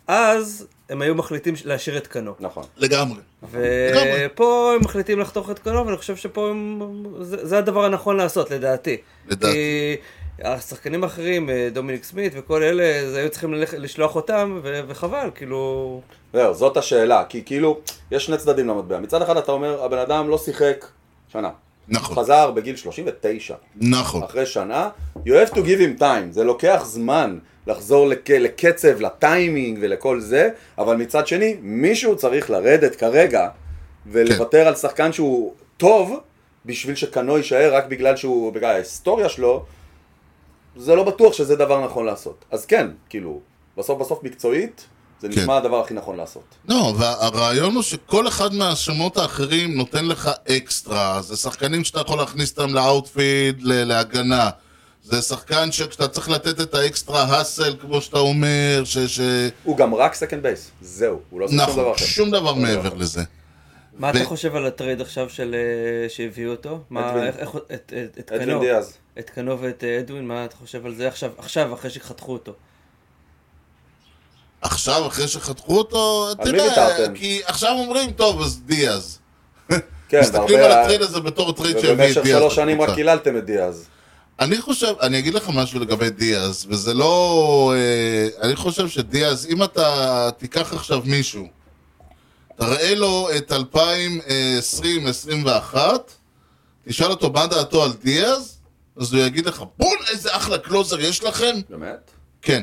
F: אה, אז הם היו מחליטים להשאיר את קנו.
B: נכון.
A: לגמרי. לגמרי.
F: ופה הם מחליטים לחתוך את קנו, ואני חושב שפה הם... זה, זה הדבר הנכון לעשות, לדעתי.
A: לדעתי.
F: כי השחקנים האחרים, אה, דומיניק סמית וכל אלה, אז היו צריכים ללכת, לשלוח אותם, ו- וחבל, כאילו...
B: זהו, זאת השאלה, כי כאילו, יש שני צדדים למטבע. מצד אחד אתה אומר, הבן אדם לא שיחק שנה.
A: נכון,
B: חזר בגיל 39,
A: נכון.
B: אחרי שנה, you have to give him time, זה לוקח זמן לחזור לק... לקצב, לטיימינג ולכל זה, אבל מצד שני, מישהו צריך לרדת כרגע ולוותר
A: כן.
B: על שחקן שהוא טוב בשביל שקנו יישאר רק בגלל שהוא, בגלל ההיסטוריה שלו, זה לא בטוח שזה דבר נכון לעשות. אז כן, כאילו, בסוף בסוף מקצועית, זה נשמע
A: כן.
B: הדבר הכי נכון לעשות.
A: לא, והרעיון הוא שכל אחד מהשמות האחרים נותן לך אקסטרה. זה שחקנים שאתה יכול להכניס אותם לאאוטפיד, ל- להגנה. זה שחקן שכשאתה צריך לתת את האקסטרה האסל, כמו שאתה אומר, ש... ש...
B: הוא גם רק סקנד בייס, זהו, הוא לא עושה שום דבר
A: נכון,
B: אחר.
A: שום דבר
B: דבר
A: מעבר
B: אחר.
A: לזה.
F: מה
A: ו-
F: אתה חושב על הטרייד עכשיו של... אה, שהביאו אותו?
B: אדווין.
F: מה, איך... איך- את- את- את
B: אדווין
D: לא.
F: קנו.
B: דיאז.
F: את קנו ואת אה, אדווין, מה אתה חושב על זה עכשיו? עכשיו, אחרי שחתכו אותו.
A: עכשיו, אחרי שחתכו אותו,
B: על מי
A: תראה,
B: ויתרתם?
A: כי עכשיו אומרים, טוב, אז דיאז.
B: כן,
A: מסתכלים על
B: והרבה-
A: הטרייד הזה בתור טרייד שהביא את דיאז.
B: ובמשך שלוש שנים רק
A: לקבוצה.
B: קיללתם את דיאז.
A: אני חושב, אני אגיד לך משהו לגבי דיאז, וזה לא... אה, אני חושב שדיאז, אם אתה תיקח עכשיו מישהו, תראה לו את 2020-2021, תשאל אותו מה דעתו על דיאז, אז הוא יגיד לך, בול, איזה אחלה קלוזר יש לכם?
B: באמת?
A: כן.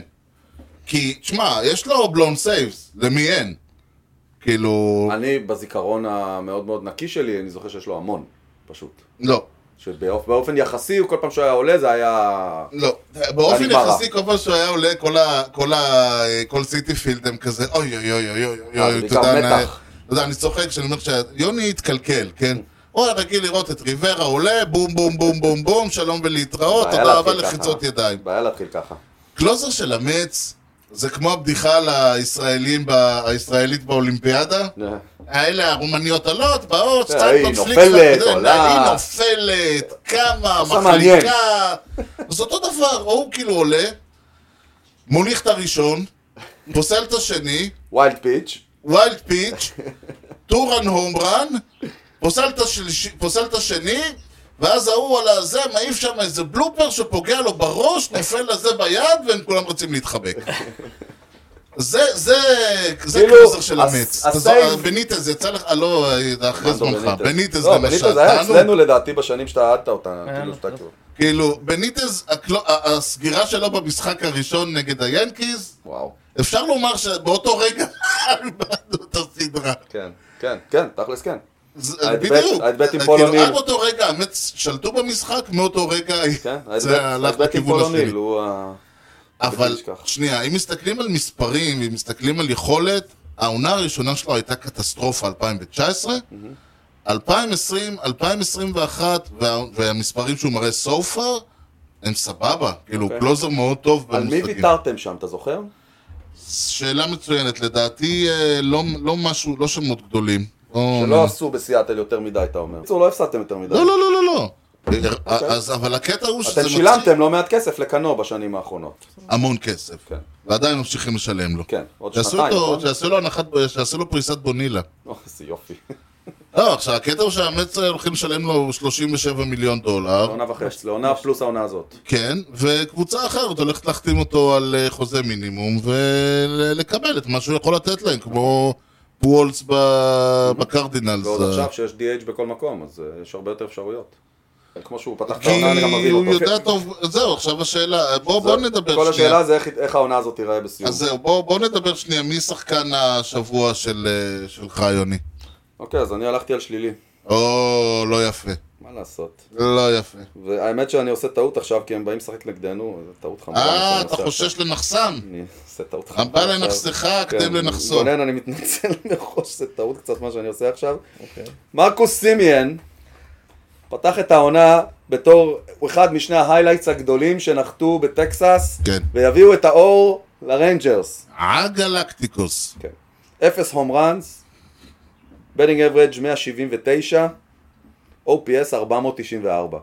A: כי, תשמע, יש לו בלון סייבס, למי אין? כאילו...
B: אני, בזיכרון המאוד מאוד נקי שלי, אני זוכר שיש לו המון, פשוט.
A: לא.
B: שבאופן יחסי, כל פעם שהוא היה עולה זה היה...
A: לא, באופן
B: אני ברא.
A: יחסי, כל פעם שהוא היה עולה, כל ה- כל ה... כל סיטי פילד הם כזה, אוי אוי אוי אוי אוי אוי
B: אה,
A: אוי,
B: זה
A: אתה
B: בעיקר
A: יודע,
B: מתח.
A: אני- אתה יודע, אני צוחק כשאני אומר שיוני התקלקל, כן? הוא היה רגיל לראות את ריברה עולה, בום בום בום בום בום, שלום ולהתראות,
B: בעיה
A: תודה רבה
B: להתחיל ככה.
A: לחיצות ידיים.
B: בעיה להתחיל ככה.
A: קלוזר של המץ, זה כמו הבדיחה על הישראלים, ב- הישראלית באולימפיאדה. האלה הרומניות עולות, באות,
B: כן,
A: קצת
B: היא
A: מפליק,
B: נופלת,
A: אתה יודע,
B: עולה.
A: היא נופלת, קמה,
B: עושה מעניין.
A: מחליקה. אז אותו דבר, הוא כאילו עולה, מוליך את הראשון, פוסל את השני,
B: ווילד פיץ',
A: ויילד פיץ', טורן הומרן, פוסל את השלישי- פוסל את השני, ואז ההוא על הזה מעיף שם איזה בלופר שפוגע לו בראש, נופל לזה ביד, והם כולם רוצים להתחבק. זה, זה, זה
B: כאילו,
A: קלוזר של
B: הס-
A: המץ.
B: הסייב-
A: אז, אה, בניטז יצא לך, אה, לא, אה, אחרי
B: אנדו
A: זמנך.
B: בניטז.
A: בניטז
B: לא, בניטז
A: למשל,
B: זה היה
A: טענו,
B: אצלנו לדעתי בשנים שאתה אהדת אותה,
F: היה
B: כאילו
F: לו-
B: שאתה כאילו...
A: כאילו, בניטז, הקלו- ה- הסגירה שלו במשחק הראשון נגד היאנקיז,
B: וואו.
A: אפשר לומר שבאותו רגע איבדנו את הסדרה.
B: כן, כן, כן, תכלס כן.
A: זה-
B: ההדבט-
A: בדיוק.
B: ההדבט עם
A: כאילו,
B: פול אוניל.
A: עד אותו רגע, האמת, שלטו במשחק, מאותו רגע
B: כן,
A: זה
B: ההדבט-
A: הלך
B: ההדבט עם
A: לכיוון
B: פול
A: השני.
B: אוניל, הוא ה...
A: אבל
B: בדיוק כך.
A: שנייה, אם מסתכלים על מספרים, אם מסתכלים על יכולת, העונה הראשונה שלו הייתה קטסטרופה, 2019. 2020, 2021, וה- והמספרים שהוא מראה so far, הם סבבה. כאילו, הוא
B: אוקיי.
A: קלוזר מאוד טוב
B: על מי
A: במושגים.
B: ויתרתם שם, אתה זוכר?
A: שאלה מצוינת, לדעתי אה, לא לא משהו, לא שמות גדולים. לא-
B: שלא עשו בסיאטל יותר מדי, אתה אומר. בקיצור, לא הפסדתם יותר מדי.
A: לא, לא, לא, לא, לא. אז, אבל הקטע הוא שזה
B: אוקיי. אתם שילמתם לא מעט כסף לקנו בשנים האחרונות.
A: המון כסף,
B: כן,
A: ועדיין ממשיכים לשלם לו.
B: כן, עוד
A: שיעשו
B: שנתיים.
A: אותו-
B: נכון?
A: שיעשו לו הנחת, שיעשו לו פריסת בונילה.
B: אוי, איזה יופי.
A: לא, עכשיו, הקטע הוא שהאמץ הולכים לשלם לו 37 מיליון דולר,
B: לעונה וחצי, לעונה פלוס העונה הזאת.
A: כן, וקבוצה אחרת הולכת להחתים אותו על אה, חוזה מינימום ולקבל את מה שהוא יכול לתת להם, כמו וולס ב- בקרדינלס.
B: ועוד
A: אה,
B: עכשיו שיש DH בכל מקום, אז אה, יש הרבה יותר אפשרויות. אה, כמו שהוא פתח את
A: כי
B: העונה, אני גם מבין
A: הוא
B: אותו. אוקיי.
A: יודע טוב, זהו, עכשיו השאלה, בוא בוא
B: זה-
A: נדבר
B: כל
A: שנייה.
B: השאלה זה איך- איך העונה הזאת תיראה בסיום.
A: אז זהו, בואו בוא נדבר שנייה, מי שחקן השבוע של, אה, שלך, יוני?
B: אוקיי, אז אני הלכתי על שלילי.
A: או, לא יפה.
B: מה לעשות?
A: לא יפה.
B: והאמת שאני עושה טעות עכשיו, כי הם באים לשחק נגדנו, זו טעות חמורה.
A: אה,
B: שאני
A: אתה
B: עושה
A: חושש
B: עכשיו.
A: לנחסם?
B: אני עושה טעות חמורה.
A: הבא
B: עכשיו.
A: לנחסך,
B: כן,
A: הקדם לנחסום.
B: גונן, אני מתנצל מראש, זה טעות קצת מה שאני עושה עכשיו. מרקוס סימיאן פתח את העונה בתור אחד משני ההיילייטס הגדולים שנחתו בטקסס,
A: כן.
B: ויביאו את האור לריינג'רס.
A: הגלקטיקוס.
B: כן. אפס הום ראנס, בדינג אברג' 179, OPS 494.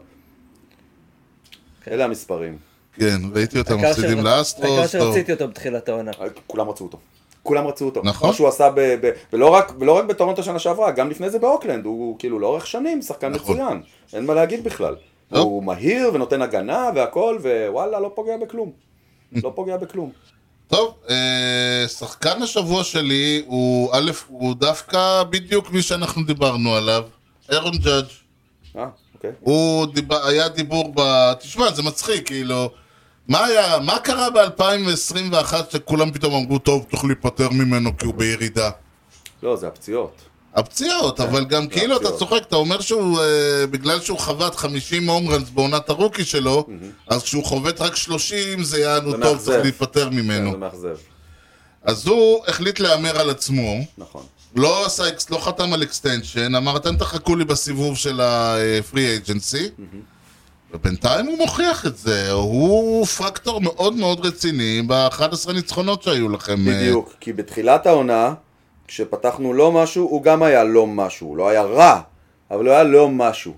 B: אלה המספרים.
A: כן, ראיתי אותם
F: העיקר
A: מפסידים
F: שרצ- העיקר
A: לאסטרוס. טוב.
F: שרציתי אותו בתחילת העונה.
B: אה, כולם רצו אותו. כולם רצו אותו.
A: נכון.
B: מה שהוא עשה, ב, ב, ולא, רק, ולא רק בטורונטו שנה שעברה, גם לפני זה באוקלנד, הוא, הוא כאילו לאורך שנים שחקן
A: נכון.
B: מצוין, אין מה להגיד בכלל.
A: לא.
B: הוא מהיר ונותן הגנה והכל, ווואלה, לא פוגע בכלום. לא פוגע בכלום.
A: טוב, אה, שחקן השבוע שלי הוא, א', הוא דווקא בדיוק מי שאנחנו דיברנו עליו, אירון ג'אדג'.
B: אה, אוקיי.
A: הוא דיב... היה דיבור ב... תשמע, זה מצחיק, כאילו... מה היה, מה קרה ב-2021 שכולם פתאום אמרו, טוב, צריך להיפטר ממנו כי הוא בירידה?
B: לא, זה הפציעות.
A: הפציעות, אבל גם כאילו אתה
B: הפציעות.
A: צוחק, אתה אומר שהוא, אה, בגלל שהוא חבט 50 הומרנס בעונת הרוקי שלו, אז כשהוא חובט רק 30 זה
B: זה
A: יענו טוב,
B: מאכזב.
A: צריך להיפטר
B: כן, זה
A: ממנו.
B: מאכזב.
A: אז הוא החליט להמר על עצמו,
B: נכון.
A: לא עשה, אקס- לא חתם על אקסטנשן, אמר, אתם תחכו לי בסיבוב של ה-free agency.
B: Mhm.
A: ובינתיים הוא מוכיח את זה, הוא פקטור מאוד מאוד רציני ב-11 ניצחונות שהיו לכם. אה,
B: בדיוק, כי בתחילת העונה, כשפתחנו לא משהו, הוא גם היה לא משהו. הוא לא היה רע, אבל הוא היה לא משהו.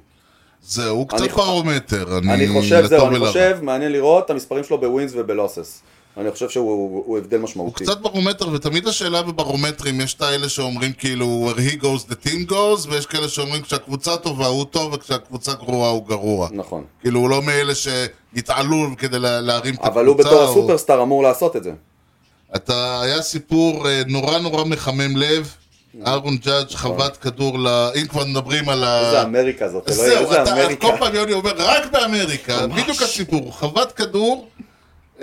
A: זהו,
B: אני
A: קצת
B: חו-
A: פרומטר.
B: אני חושב, זהו,
A: לטוב
B: אני
A: ולרע.
B: חושב, מעניין לראות את המספרים שלו בווינס ובלוסס. אני חושב שהוא הוא- הוא הבדל
A: הוא
B: משמעותי.
A: קצת ברומטר, ותמיד השאלה בברומטרים, יש את האלה שאומרים כאילו, where he goes the team goes, ויש כאלה שאומרים כשהקבוצה טובה הוא טוב, וכשהקבוצה גרועה הוא גרוע.
B: נכון.
A: כאילו, הוא לא מאלה שיתעלו כדי לה- להרים את הקבוצה.
B: אבל הוא בתור
A: או-
B: הסופרסטאר אמור לעשות את זה.
A: אתה, היה סיפור אה, נורא נורא מחמם לב,
B: כן.
A: אהרון ג'אדג' חבט כדור ל... אם כבר מדברים על ה...
B: נכון. איזה אמריקה זאת,
A: אז
B: אלוהים,
A: אה, זהו,
B: איזה
A: אתה, אז
B: אמריקה.
A: כל פעם יוני אומר, רק באמריקה, בדיוק הסיפור, הוא חבט כדור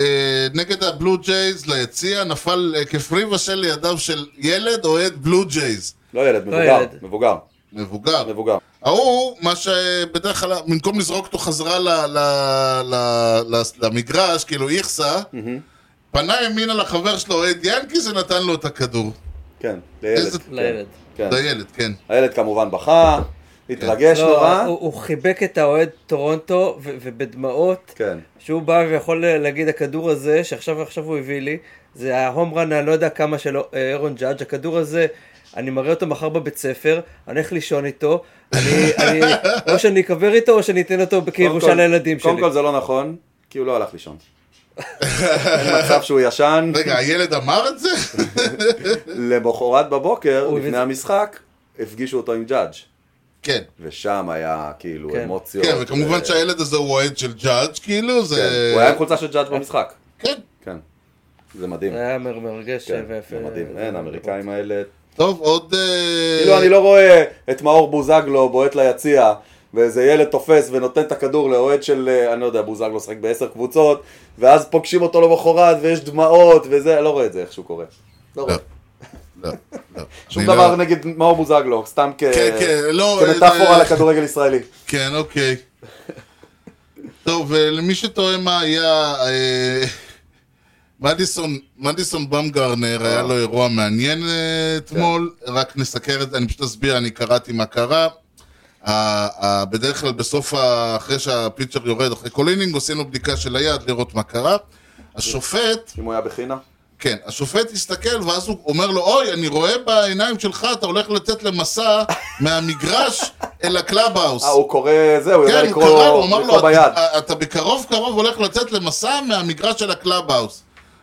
A: אה, נגד הבלו ג'ייז ליציע, נפל אה, כפרי ושל לידיו של ילד אוהד בלו ג'ייז,
B: לא
F: ילד.
B: ילד, מבוגר, מבוגר,
A: מבוגר.
B: מבוגר.
A: ההוא, מה שבדרך כלל, במקום לזרוק אותו חזרה ל, ל, ל, ל, למגרש, כאילו איכסה, פנה ימינה לחבר שלו אוהד ינקיס ונתן לו את הכדור.
B: כן, לילד.
A: איזה-
F: לילד.
B: כן.
A: לילד, כן.
B: הילד כמובן בכה, התרגש
F: לא,
B: נורא.
F: הוא הוא חיבק את האוהד טורונטו ו- ובדמעות.
B: כן.
F: שהוא בא ויכול אה, להגיד הכדור הזה, שעכשיו עכשיו הוא הביא לי, זה ההום רן אני לא יודע כמה של אה, אירון ג'אדג', הכדור הזה, אני מראה אותו מחר בבית ספר, אני הולך לישון איתו, אני, אני, או שאני אקבר איתו או שאני אתן אותו
B: קודם
F: כירושה
B: כל-
F: לילדים שלי.
B: קודם כל זה לא נכון, כי הוא לא הלך לישון. אין מצב שהוא ישן,
A: רגע, הילד אמר את זה?
B: למחרת בבוקר,
F: הוא
B: לפני
F: הביא-
B: המשחק, הפגישו אותו עם ג'אדג'.
A: כן.
B: ושם היה כאילו
F: כן.
B: אמוציות.
A: כן, וכמובן
B: ו-
A: שהילד הזה הוא אוהד של ג'אדג', כאילו,
B: כן,
A: זה...
B: הוא היה עם חולצה של ג'אדג' במשחק.
A: כן.
B: כן. זה מדהים.
D: אה,
F: זה היה מר- מרגש
B: כן,
F: ויפה.
B: זה מדהים. אין, האמריקאים האלה...
A: טוב, עוד... אה,
B: כאילו אני לא רואה את מאור בוזגלו בועט ליציע, ואיזה ילד תופס ונותן את הכדור לאוהד של, אה, אני לא יודע, בוזגלו שחק בעשר קבוצות, ואז פוגשים אותו למחרת ויש דמעות וזה, אני לא רואה את זה איך שהוא קורה. לא רואה.
A: לא, לא, לא.
B: שום
A: אני לא-
B: דבר נגד מאור בוזגלו, סתם כ-
A: כן, כן, לא... אה,
B: כמטאפורה לכדורגל ישראלי.
A: כן, אוקיי. טוב, אה, למי שתוהה מה היה... אה, מדיסון, מדיסון במגרנר, היה לו אירוע מעניין אה, אתמול,
B: כן.
A: רק נסקר את זה, אני פשוט אסביר, אני קראתי מה קרה. ה- ה- בדרך כלל בסוף, ה- אחרי שהפיצ'ר יורד, אחרי כל אינינג, עושים לו בדיקה של היד, לראות מה קרה. השופט
B: אם הוא היה בחינה.
A: כן, השופט הסתכל, ואז הוא אומר לו, אוי, אני רואה בעיניים שלך, אתה הולך לצאת למסע מהמגרש אל הקלאבהאוס.
B: אה, הוא קורא זה, הוא יודע
A: כן, הוא קרא,
B: לקרוא
A: הוא אמר
B: לקרוא
A: לו,
B: ביד.
A: "אתה- אתה בקרוב קרוב הולך לצאת למסע מהמגרש של הקלאבהאוס.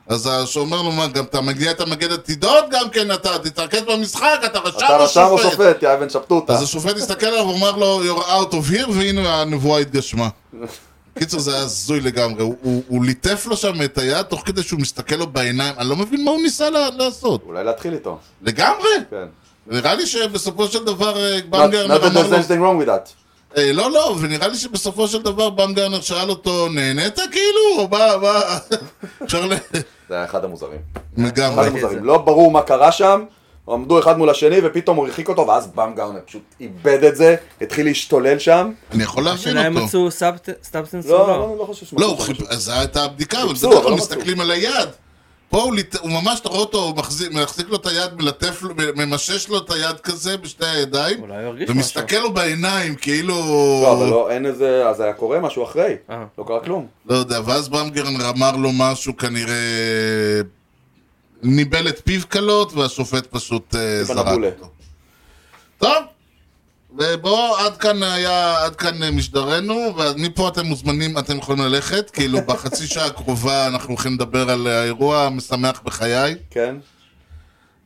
A: אז שאומר לו, מה, גם אתה מגיע את המגן עתידות גם כן, אתה תתרכז במשחק, אתה רשם
B: אתה
A: או
B: רשם או
A: שופט?
B: שופט, יא אבן שפטוטה.
A: אז השופט הסתכל עליו ואומר לו, you're out of here, והנה הנבואה התגשמה. קיצור, זה היה הזוי לגמרי. הוא- הוא הוא ליטף לו שם את היד תוך כדי שהוא מסתכל לו בעיניים. אני לא מבין מה הוא ניסה לה- לעשות.
B: אולי להתחיל איתו,
A: לגמרי!
B: כן.
A: נראה לי שבסופו של דבר אה,
B: Not
A: במגרנר
B: that
A: אמר
B: there's
A: לו...
B: anything wrong with that.
A: אה, לא, לא, ונראה לי שבסופו של דבר במגרנר שאל אותו, נהנית כאילו? או מה, מה? אפשר ל...
B: זה היה אחד המוזרים.
A: אה,
B: אחד
A: לגמרי.
B: המוזרים. לא ברור מה קרה שם, עמדו אחד מול השני ופתאום הוא הרחיק אותו, ואז במגרנר פשוט איבד את זה, התחיל להשתולל שם.
A: אני יכול להבין
F: השאלה אם
A: אותו.
F: מצאו סאבט- סאבסטנס או
B: לא,
F: לא.
B: לא, לא חושב שמצאו
A: לא, הוא
B: אותו
A: חיפ...
B: פשוט.
A: אז זו הייתה הבדיקה, אבל
B: חיפשו,
A: בדרך
B: אבל
A: כלל
B: לא
A: מסתכלים על היד. פה הוא, ליט... הוא ממש, אתה רואה אותו, הוא מחזיק, מחזיק לו את היד, מלטף, לו- ממשש לו את היד כזה בשתי הידיים,
F: אולי הוא הרגיש משהו.
A: ומסתכל לו בעיניים, כאילו...
B: לא, אבל לא, אין איזה, אז היה קורה משהו אחרי,
F: אה.
B: לא קרה כלום.
A: לא יודע, ואז במגרנר אמר לו משהו כנראה... ניבל את פיו קלות, והשופט פשוט אה, זרק
B: בנבולה.
A: אותו. טוב, ובואו, עד כאן היה, עד כאן אה, משדרנו, ומפה אתם מוזמנים, אתם יכולים ללכת, כאילו בחצי שעה הקרובה אנחנו הולכים לדבר על האירוע המשמח בחיי.
B: כן?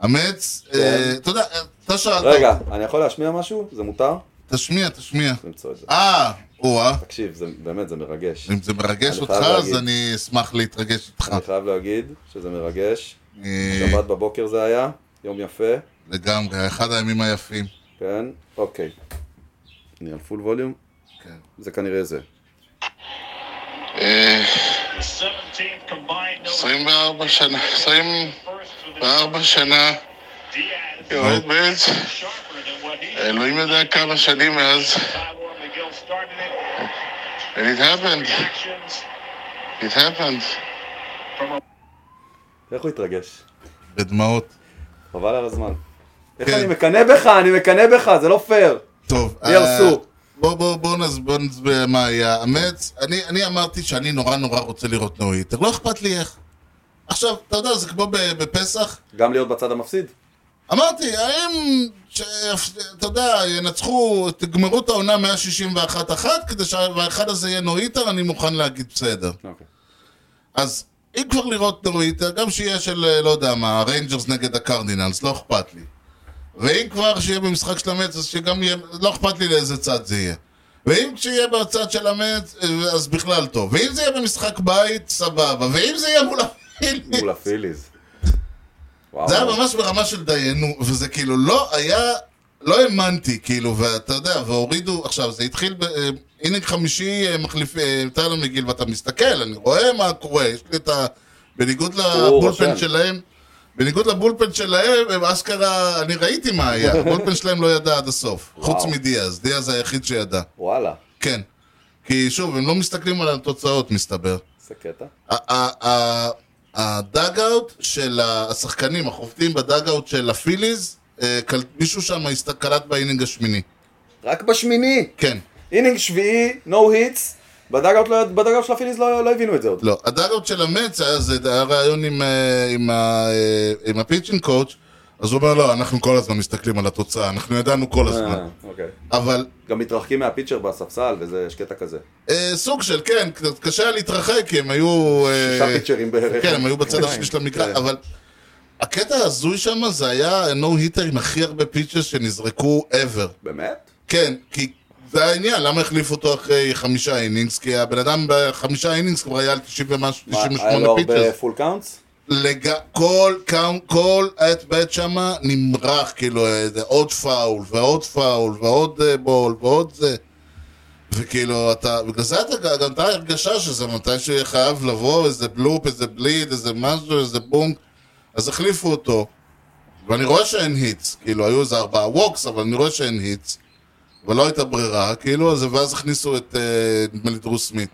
A: אמץ,
B: כן.
A: אה, אתה יודע, אה, אתה שאלת,
B: רגע, אני יכול להשמיע משהו? זה מותר?
A: תשמיע, תשמיע.
B: למצוא את זה.
A: אה, או-אה,
B: תקשיב, זה באמת, זה מרגש.
A: אם זה מרגש
B: אני
A: אותך,
B: חייב
A: אז
B: להגיד.
A: אני אשמח להתרגש איתך.
B: אני חייב להגיד שזה מרגש.
A: אה,
B: שבת בבוקר זה היה, יום יפה,
A: לגמרי, אחד הימים היפים.
B: כן? אוקיי. אני על פול ווליום?
A: כן.
B: זה כנראה זה.
E: 17 combined, no
G: 24 שנה, 24
E: first with the
G: שנה,
E: Diaz.
A: אוקיי.
G: יורד בעץ,
E: Sharper than what he
G: אלוהים יודע כמה שנים מאז.
E: Tyler McGill started it.
G: And it happened,
E: Actions
G: it happened.
E: from a
B: איך הוא התרגש?
A: בדמעות.
B: חבל על הזמן. איך
A: כן.
B: אני מקנא בך? אני מקנא בך, זה לא פייר.
A: טוב. אה,
B: לי הרסו.
A: בואו בואו בואו נסביר נסביר מה היה. אמץ, אני, אני אמרתי שאני נורא נורא רוצה לראות נו היטר, לא אכפת לי איך. עכשיו, אתה יודע, זה כמו ב- בפסח,
B: גם להיות בצד המפסיד?
A: אמרתי, האם, ש- אתה יודע, ינצחו, תגמרו את העונה 161 אחת, כדי שהאחד הזה יהיה נויטר, אני מוכן להגיד בסדר.
B: אוקיי.
A: אז אם כבר לראות נויטר, גם שיהיה של, אה, לא יודע מה, הריינג'רס נגד הקרדינלס, לא אכפת לי. ואם כבר שיהיה במשחק של המץ, אז שגם יהיה, לא אכפת לי לאיזה צד זה יהיה. ואם כשיהיה בצד של המץ, אה, אז בכלל טוב. ואם זה יהיה במשחק בית, סבבה. ואם זה יהיה מול הפיליפ,
B: מול הפיליז. וואו.
A: זה היה ממש ברמה של דיינו, וזה כאילו לא היה, לא האמנתי, כאילו, ואתה יודע, והורידו, עכשיו, זה התחיל, ב- אה, אינינג חמישי אה, מחליף, אה, טרנר מגיל, ואתה מסתכל, אני רואה מה קורה, יש לי את ה... בניגוד לבולפן
B: רשם.
A: שלהם, בניגוד לבולפן שלהם, הם אשכרה, אני ראיתי מה היה, הבולפן שלהם לא ידע עד הסוף, חוץ מדיאז, דיאז היחיד שידע,
B: וואלה.
A: כן. כי שוב, הם לא מסתכלים על התוצאות, מסתבר.
B: איזה קטע.
A: הדאג-אאוט של השחקנים החובטים בדאג-אאוט של הפיליז, אה, קל- מישהו שם הסת- קלט באינינג השמיני.
B: רק בשמיני.
A: כן,
B: אינינג שביעי, נו היטס. בדאגות של הפיליז לא לא הבינו את זה עוד.
A: לא. הדאג-אאוט של המץ היה זה היה ראיון עם, אה, עם, ה- אה, עם הפיצ'ינג קואוץ', אז הוא אומר, לא, אנחנו כל הזמן מסתכלים על התוצאה, אנחנו ידענו כל הזמן.
B: אה, אוקיי.
A: אבל
B: גם מתרחקים מהפיצ'ר בספסל, וזה, יש קטע כזה.
A: אה, סוג של, כן, קצת קשה היה להתרחק, כי הם היו... אה,
B: שישה פיצ'רים בערך.
A: כן, הם היו בצד השני של
B: כן.
A: המגרש, אבל הקטע ההזוי שם זה היה נו היטר עם הכי הרבה פיצ'ס שנזרקו ever.
B: באמת?
A: כן, כי זה העניין, למה החליף אותו אחרי חמישה אינינגס? כי הבן אדם בחמישה אינינגס כבר היה על 90 ומשהו,
B: מה, היה לו
A: 98
B: הרבה
A: פיצ'ס.
B: פול קאונטס?
A: לג... כל קאונט, כל האט בעת שמה נמרח, כאילו, אה, זה עוד פאול, ועוד פאול, ועוד אה, בול, ועוד זה. וכאילו, אתה, בגלל זה אתה גם- גם אתה הרגשה שזה מתישהו יהיה חייב לבוא, איזה בלופ, איזה בליד, איזה משהו, איזה בונק. אז החליפו אותו, ואני רואה שאין היטס, כאילו, היו איזה ארבעה ווקס, אבל אני רואה שאין היטס, ולא הייתה ברירה, כאילו, אז, ואז הכניסו את, אה, נדמה לי, דרו סמית.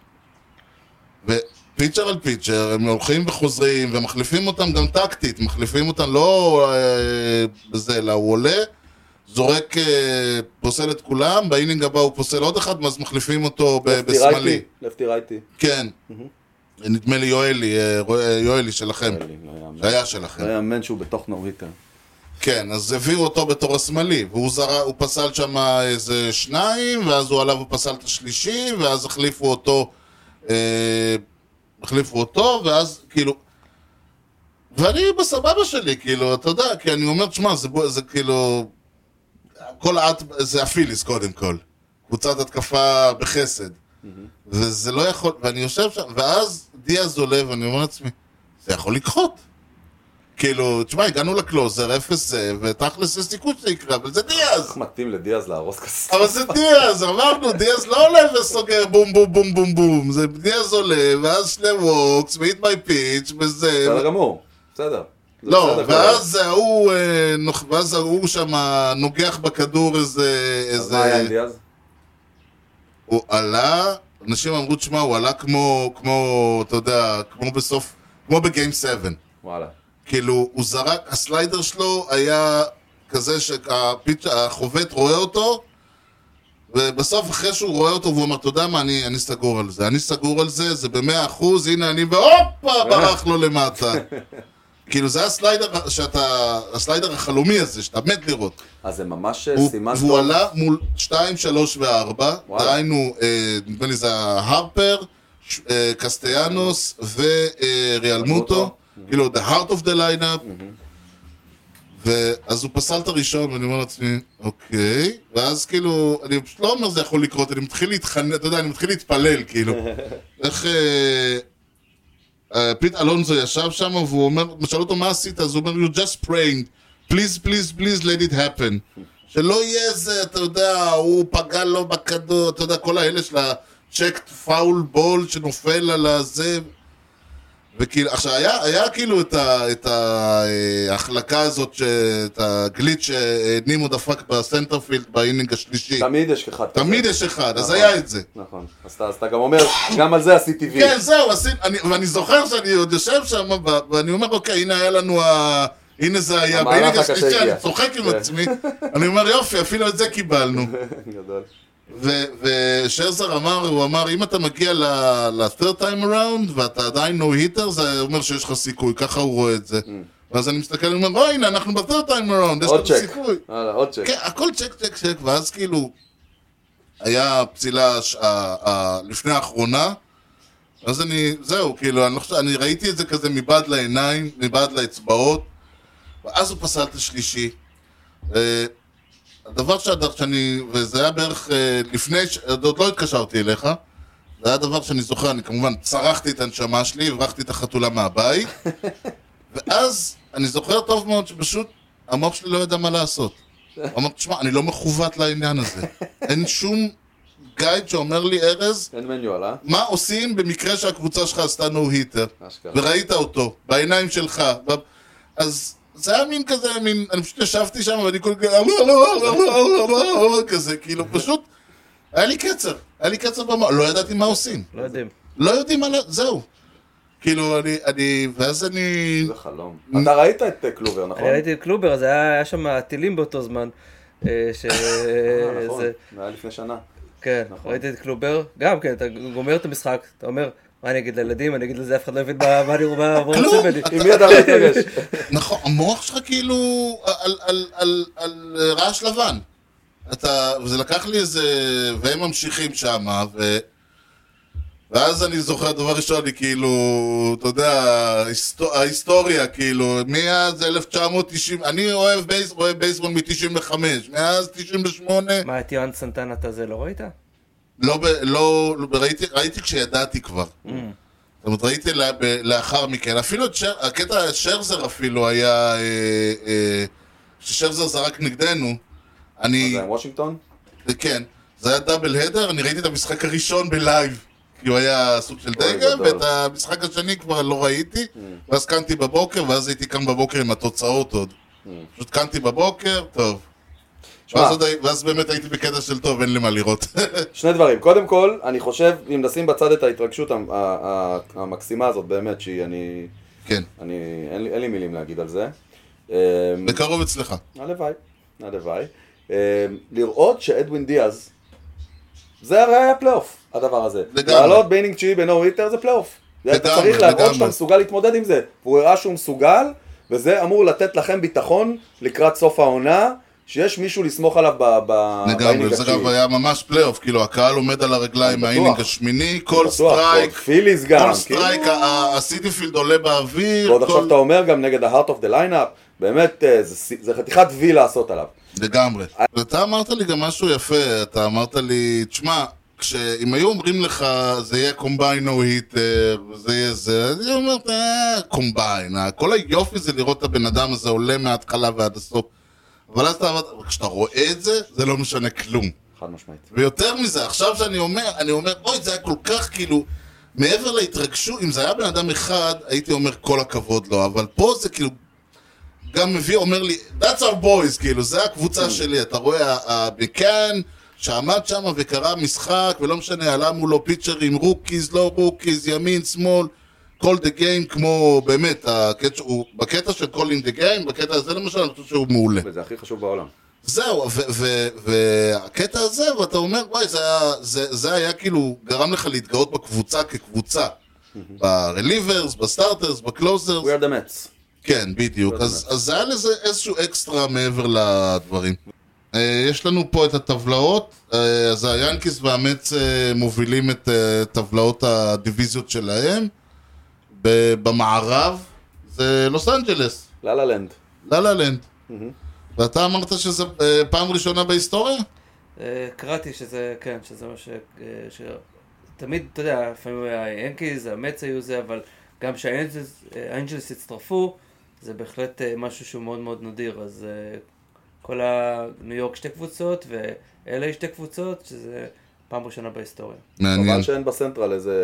A: ופיצ'ר על פיצ'ר, הם הולכים וחוזרים, ומחליפים אותם גם טקטית, מחליפים אותם לא אה, בזה, אלא הוא עולה, זורק, אה, פוסל את כולם, באינינג הבא הוא פוסל עוד אחד, ואז מחליפים אותו ב-
B: לפטי
A: בשמאלי.
B: רייטי, לפטי רייטי.
A: כן. נדמה לי יואלי, אה, רוא- אה, יואלי שלכם,
B: לא יאמן.
A: שהיה שלכם.
B: לא יאמן שהוא בתוך אה. נורביקה.
A: כן, אז הביאו אותו בתור השמאלי, והוא זר... הוא פסל שם איזה שניים, ואז הוא עלה ופסל את השלישי, ואז החליפו אותו, אה, החליפו אותו, ואז כאילו... ואני בסבבה שלי, כאילו, אתה יודע, כי אני אומר, תשמע, זה, בו- זה כאילו... כל האט... זה הפיליס קודם כל. קבוצת התקפה בחסד. וזה לא יכול... ואני יושב שם, ואז דיאז עולה, ואני אומר לעצמי, זה יכול לקחות. כאילו, תשמע, הגענו לקלוזר, אפס זה, ותכלס יש סיכוי שזה יקרה, אבל זה דיאז.
B: איך מתאים לדיאז להרוס כסף?
A: אבל זה דיאז, אמרנו, דיאז לא עולה וסוגר בום בום בום בום בום. זה דיאז עולה, ואז שני ווקס, ואיט מי פיץ', וזה...
B: בסדר גמור. בסדר. זה
A: לא,
B: בסדר,
A: ואז ההוא, אה, נוח- ואז ההוא שם נוגח בכדור איזה...
B: כל הזמן. אז מה היה עם
A: איזה...
B: דיאז?
A: הוא עלה, אנשים אמרו, תשמע, הוא עלה כמו, כמו, אתה יודע, כמו בסוף, כמו בגיים 7.
B: וואלה.
A: כאילו, הוא זרק, הסליידר שלו היה כזה שהחובט רואה אותו, ובסוף אחרי שהוא רואה אותו והוא אומר, אתה יודע מה, אני, אני סגור על זה, אני סגור על זה, זה במאה אחוז, הנה אני, והופה, ברח לו למטה. כאילו, זה הסליידר שאתה, הסליידר החלומי הזה, שאתה מת לראות.
B: אז זה ממש אה,
A: הוא-
B: סימן טוב.
A: והוא עלה מול 2, 3 ו-4,
B: וואלה.
A: דהיינו, אה, נדמה לי זה הרפר, ש- אה, קסטיאנוס וריאלמוטו, כאילו, the heart of the lineup. ואז הוא פסל את הראשון, ואני אומר לעצמי, אוקיי, ואז כאילו, אני פשוט לא אומר זה יכול לקרות, אני מתחיל להתחנן, אתה יודע, אני מתחיל להתפלל, כאילו. איך... אה, אה, פיט אלונזו ישב שם והוא אומר, שאלו אותו מה עשית, אז הוא אומר, you just praying, please, please, please let it happen. שלא יהיה איזה, אתה יודע, הוא פגע לו בכדור, אתה יודע, כל האלה של ה-checked foul ball שנופל על הזה. וכאילו, עכשיו, היה, היה כאילו את, ה, את ההחלקה הזאת, ש, את הגליץ' שנימו דפק בסנטרפילד באינינג השלישי.
B: תמיד יש אחד כזה.
A: תמיד יש אחד, אז
B: נכון.
A: היה את זה.
B: נכון. אז אתה- אז אתה גם אומר, גם על זה עשיתי וי.
A: כן, זהו, עשינו, אני- ואני זוכר שאני עוד יושב שם, ו- ואני אומר, אוקיי, הנה היה לנו ה... הנה זה היה,
B: המהלך
A: באינינג
B: הקשה
A: השלישי,
B: הגיע.
A: אני צוחק עם
B: כן.
A: עצמי, אני אומר, יופי, אפילו את זה קיבלנו.
B: גדול.
A: ו- ושרזר אמר, הוא אמר, אם אתה מגיע ל-third time around ואתה עדיין no hitter, זה אומר שיש לך סיכוי, ככה הוא רואה את זה. ואז אני מסתכל, אני אומר, או הנה, אנחנו ב-third time around, יש
B: Mm. עוד
A: לנו
B: צ'ק.
A: סיכוי.
B: הלאה, עוד צ'ק.
A: כן, הכל צ'ק, צ'ק, צ'ק, ואז כאילו, היה פסילה ש- ה- ה- לפני האחרונה, אז אני, זהו, כאילו, אני לא חושב, אני ראיתי את זה כזה מבעד לעיניים, מבעד לאצבעות, ואז הוא פסל את השלישי. אה, הדבר שעד- שאני, וזה היה בערך אה, לפני, ש- עוד לא התקשרתי אליך, זה היה דבר שאני זוכר, אני כמובן צרחתי את הנשמה שלי, הברחתי את החתולה מהבית, ואז אני זוכר טוב מאוד שפשוט המוח שלי לא ידע מה לעשות. הוא אמר, תשמע, אני לא מכוות לעניין הזה. אין שום גייד שאומר לי, ארז,
B: אין מניואל, אה?
A: מה עושים במקרה שהקבוצה שלך עשתה נו היטר,
B: אשכרה.
A: וראית אותו, בעיניים שלך. ב- אז זה היה מין כזה, מין, אני פשוט ישבתי שם ואני כל כך, "אה, לא, לא, לא, לא, לא, לא", כזה, כאילו, פשוט, היה לי קצר, היה לי קצר במוח, לא ידעתי מה עושים.
F: לא יודעים.
A: לא יודעים מה, לה- זהו. כאילו, אני, אני, ואז אני...
B: זה חלום. אתה ראית את אה, קלובר, נכון?
F: אני ראיתי את קלובר, אז היה היה שם טילים באותו זמן. אה, ש...
B: אה, נכון.
F: זה-
B: זה היה לפני שנה.
F: כן,
B: נכון.
F: ראיתי את קלובר, גם כן, אתה גומר את המשחק, אתה אומר, מה אני אגיד לילדים, אני אגיד לזה, אף אחד לא הבין מה מה אני מה- מה
A: כלום.
F: רוצה ממני.
B: עם מי אתה מתרגש?
A: נכון, המוח שלך כאילו על, על, על, על, על רעש לבן. אתה, וזה לקח לי איזה... והם ממשיכים שמה, ו... ואז אני זוכר, דבר ראשון, אני כאילו, אתה יודע, ההיסטור- ההיסטוריה, כאילו, מאז 1990, אני אוהב בייסבול, אוהב בייסבול מ-95, מאז 98,
F: מה, את יואן סנטן אתה זה לא ראית?
A: לא, ב- לא, לא ב- ראיתי, ראיתי כשידעתי כבר.
B: Mm.
A: זאת אומרת, ראיתי לה, ב, לאחר מכן. אפילו את שר, הקטע שרזר אפילו היה, אה, אה, ששרזר זרק נגדנו, אני,
B: זה עם וושינגטון?
A: כן, זה היה דאבל הדר, אני ראיתי את המשחק הראשון בלייב. כי הוא היה סוג של
B: אוי,
A: דגם,
B: גדול. Mm.
A: ואת המשחק השני כבר לא ראיתי, ואז קמתי בבוקר, ואז הייתי קם בבוקר עם התוצאות עוד. פשוט קמתי בבוקר, טוב.
B: Mm. שמע.
A: ואז עוד הי- ואז באמת הייתי בקטע של טוב, אין לי מה לראות.
B: שני דברים. קודם כל, אני חושב, אם נשים בצד את ההתרגשות המ- ה- ה- המקסימה הזאת, באמת, שהיא, אני...
A: כן,
B: אני... אין לי- אין לי מילים להגיד על זה. אמ,
A: בקרוב אצלך.
B: הלוואי, הלוואי. אמ, לראות שאדווין דיאז, זה הרי היה פלייאוף, הדבר הזה.
A: לגמרי.
B: לעלות באינינג תשיעי בנו היטר זה פלייאוף. זה אתה
A: לגמרי,
B: צריך להראות
A: לגמרי.
B: שאתה מסוגל להתמודד עם זה. והוא הראה שהוא מסוגל, וזה אמור לתת לכם ביטחון לקראת סוף העונה, שיש מישהו לסמוך עליו ב- ב-
A: לגמרי,
B: באינינג
A: זה גם
B: התשיעי.
A: היה ממש פלייאוף, כאילו הקהל עומד על הרגליים
B: אני
A: מהאינינג
B: בטוח.
A: השמיני, כל
B: בטוח, ועוד
A: סטרייק,
B: פיליס גם, כן.
A: כל סטרייק, ה- ה- הסיטי פילד עולה באוויר,
B: ועוד
A: כל-
B: עכשיו אתה אומר גם נגד ה-heart of the lineup, באמת, אה, זה סי- זה חתיכת וי לעשות עליו.
A: לגמרי.
B: אה.
A: ואתה אמרת לי גם משהו יפה, אתה אמרת לי, תשמע, כשאם היו אומרים לך, זה יהיה קומביין או היטר, זה יהיה זה, אז היא אומרת, אה, קומביין, אה, כל היופי זה לראות את הבן אדם הזה עולה מההתחלה ועד הסוף. אבל אז אתה אמרת, "אבל כשאתה רואה את זה, זה לא משנה כלום.
B: חד משמעית.
A: ויותר מזה, עכשיו שאני אומר, אני אומר, אוי, זה היה כל כך כאילו, מעבר להתרגשות, אם זה היה בן אדם אחד, הייתי אומר כל הכבוד לו, אבל פה זה כאילו, גם מביא, אומר לי, that's our boys, כאילו, זה הקבוצה שלי, אתה רואה, הבקאן, שעמד שם וקרא משחק, ולא משנה, עלה מולו פיצ'רים, רוקיז, לא רוקיז, ימין, שמאל, כל דה גיים, כמו באמת, הקטע, הוא, בקטע של calling the game, בקטע הזה למשל, אני חושב שהוא מעולה.
B: וזה הכי חשוב בעולם.
A: זהו, ו- ו- והקטע הזה, ואתה אומר, וואי, זה היה, זה, זה היה כאילו, גרם לך להתגאות בקבוצה כקבוצה. ברליברס, בסטארטרס, בקלוזרס,
B: We are the Mets.
A: כן, בדיוק. אז, אז זה היה לזה איזשהו אקסטרה מעבר לדברים. אה, יש לנו פה את הטבלאות, אה, אז היאנקיס והמץ אה, מובילים את אה, טבלאות הדיוויזיות שלהם. ב- במערב זה לוס אנג'לס,
B: לה לה לנד.
A: לה לה לנד. ואתה אמרת שזה אה, פעם ראשונה בהיסטוריה?
F: אה, קראתי שזה, כן, שזה מה ש... אה, ש... תמיד, אתה יודע, לפעמים היה היאנקיז, המץ היו זה, אבל גם כשהאנג'לס הצטרפו, זה בהחלט אה, משהו שהוא מאוד מאוד נדיר, אז אה, כל הניו יורק שתי קבוצות, ו-LA שתי קבוצות, שזה פעם ראשונה בהיסטוריה.
A: מעניין.
B: חבל שאין בסנטרל איזה...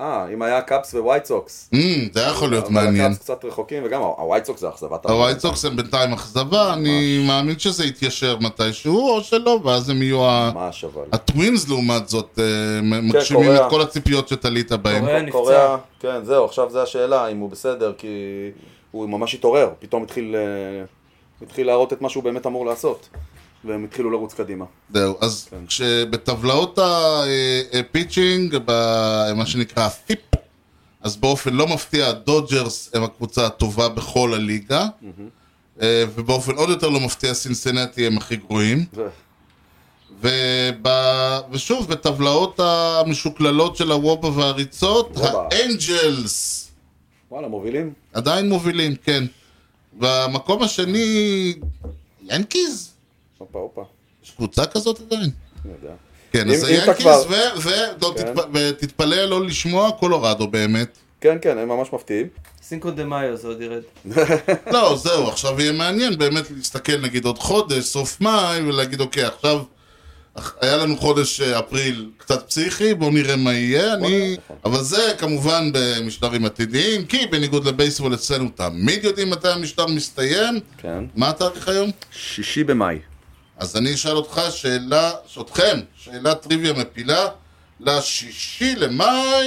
B: אה, אם היה קאפס ווייט סוקס.
A: אמ, זה היה יכול להיות
B: אבל
A: מעניין.
B: הקאפס קצת רחוקים, וגם הווייט סוקס זה אכזבת
A: הווייט סוקס הם בינתיים אכזבה, אני מאמין שזה יתיישר מתישהו, או שלא, ואז הם יהיו ה...
B: ממש אבל.
A: הטווינס לעומת זאת אה, מגשימים
B: קוריאה.
A: את כל הציפיות שתלית בהם.
F: קוריאה. נפצע.
B: קוריאה, כן, זהו, עכשיו זה השאלה אם הוא בסדר, כי הוא ממש התעורר, פתאום התחיל, אה, התחיל להראות את מה שהוא באמת אמור לעשות, והם התחילו לרוץ קדימה.
A: זהו, אז
B: כן.
A: כשבטבלאות הפיצ'ינג, מה שנקרא הפיפ, אז באופן לא מפתיע הדודג'רס הם הקבוצה הטובה בכל הליגה, אה, ובאופן עוד יותר לא מפתיע סינסנטי הם הכי גרועים.
B: זה-
A: וב... ושוב, בטבלאות המשוקללות של הוובה והריצות,
B: וובה.
A: האנג'לס
B: וואלה, מובילים?
A: עדיין מובילים, כן. במקום השני, ינקיז?
B: הופה, הופה,
A: יש קבוצה כזאת עדיין?
B: אני יודע.
A: כן,
B: אם-
A: אז
B: אם אתה
A: היאנקיז,
B: כבר-
A: ו- ו- לא,
B: כן.
A: תתפ- ותתפלא לא לשמוע, קולורדו באמת.
B: כן, כן, הם ממש מפתיעים.
F: סינקו דה מאיו זה עוד ירד.
A: לא, זהו, עכשיו יהיה מעניין באמת להסתכל נגיד עוד חודש, סוף מאי, ולהגיד אוקיי, עכשיו אח- היה לנו חודש אה, אפריל קצת פסיכי, בואו נראה מה יהיה, אני...
B: נכון.
A: אבל זה כמובן במשטרים עתידיים, כי בניגוד לבייסבול אצלנו תמיד יודעים מתי המשטר מסתיים.
B: כן.
A: מה התאריך היום?
B: שישי במאי.
A: אז אני אשאל אותך שאלה, אותכם, שאלת טריוויה מפילה, לשישי למאי.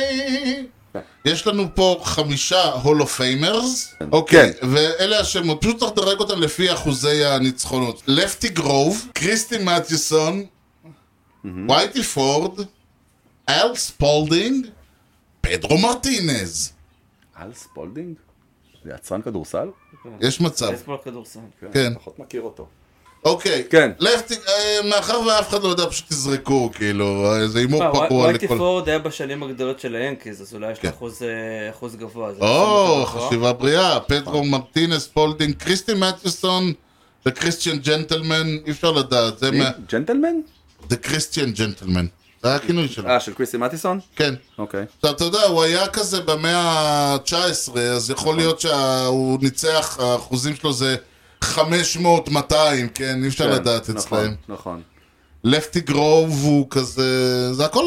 A: יש לנו פה חמישה הולו פיימרס, אוקיי, ואלה השמות, פשוט צריך לדרג אותם לפי אחוזי הניצחונות. לפטי גרוב, קריסטי מתיוסון, וייטי פורד, אל ספולדינג, פדרו מרטינז.
B: אל ספולדינג? זה יצרן כדורסל?
A: יש מצב,
F: בייסבול כדורסל.
A: כן.
B: פחות מכיר אותו.
A: אוקיי.
B: כן.
A: לפטי, אה, מאחר ואף אחד לא יודע, פשוט תזרקו, כאילו, אה, זה הימור
F: מה, ווי-
A: פרוע
F: וייטי
A: לכל... כן.
F: פורד היה בשנים הגדולות של היאנקיז, אז אולי יש לו אחוז, אה, אחוז גבוה. זה לא? שם
A: או,
F: אותו
B: אה?
F: גבוה.
A: חשיבה בריאה, פטרו מרטינס, פולדינג, קריסטי מתיוסון וקריסטיאן ג'נטלמן, אי אפשר לדעת, זה מה...
B: אה, ג'נטלמן?
A: זה קריסטיאן ג'נטלמן, זה היה הכינוי שלו,
B: אה, של קריסטי מטיסון?
A: כן.
B: אוקיי.
A: עכשיו, אתה יודע, הוא היה כזה במאה ה-19, אז
B: נכון.
A: יכול להיות שהוא ניצח, האחוזים שלו זה 500-200, כן, אי אפשר
B: כן,
A: לדעת
B: נכון,
A: אצלהם.
B: נכון.
A: לפטי גרוב הוא כזה, זה הכל,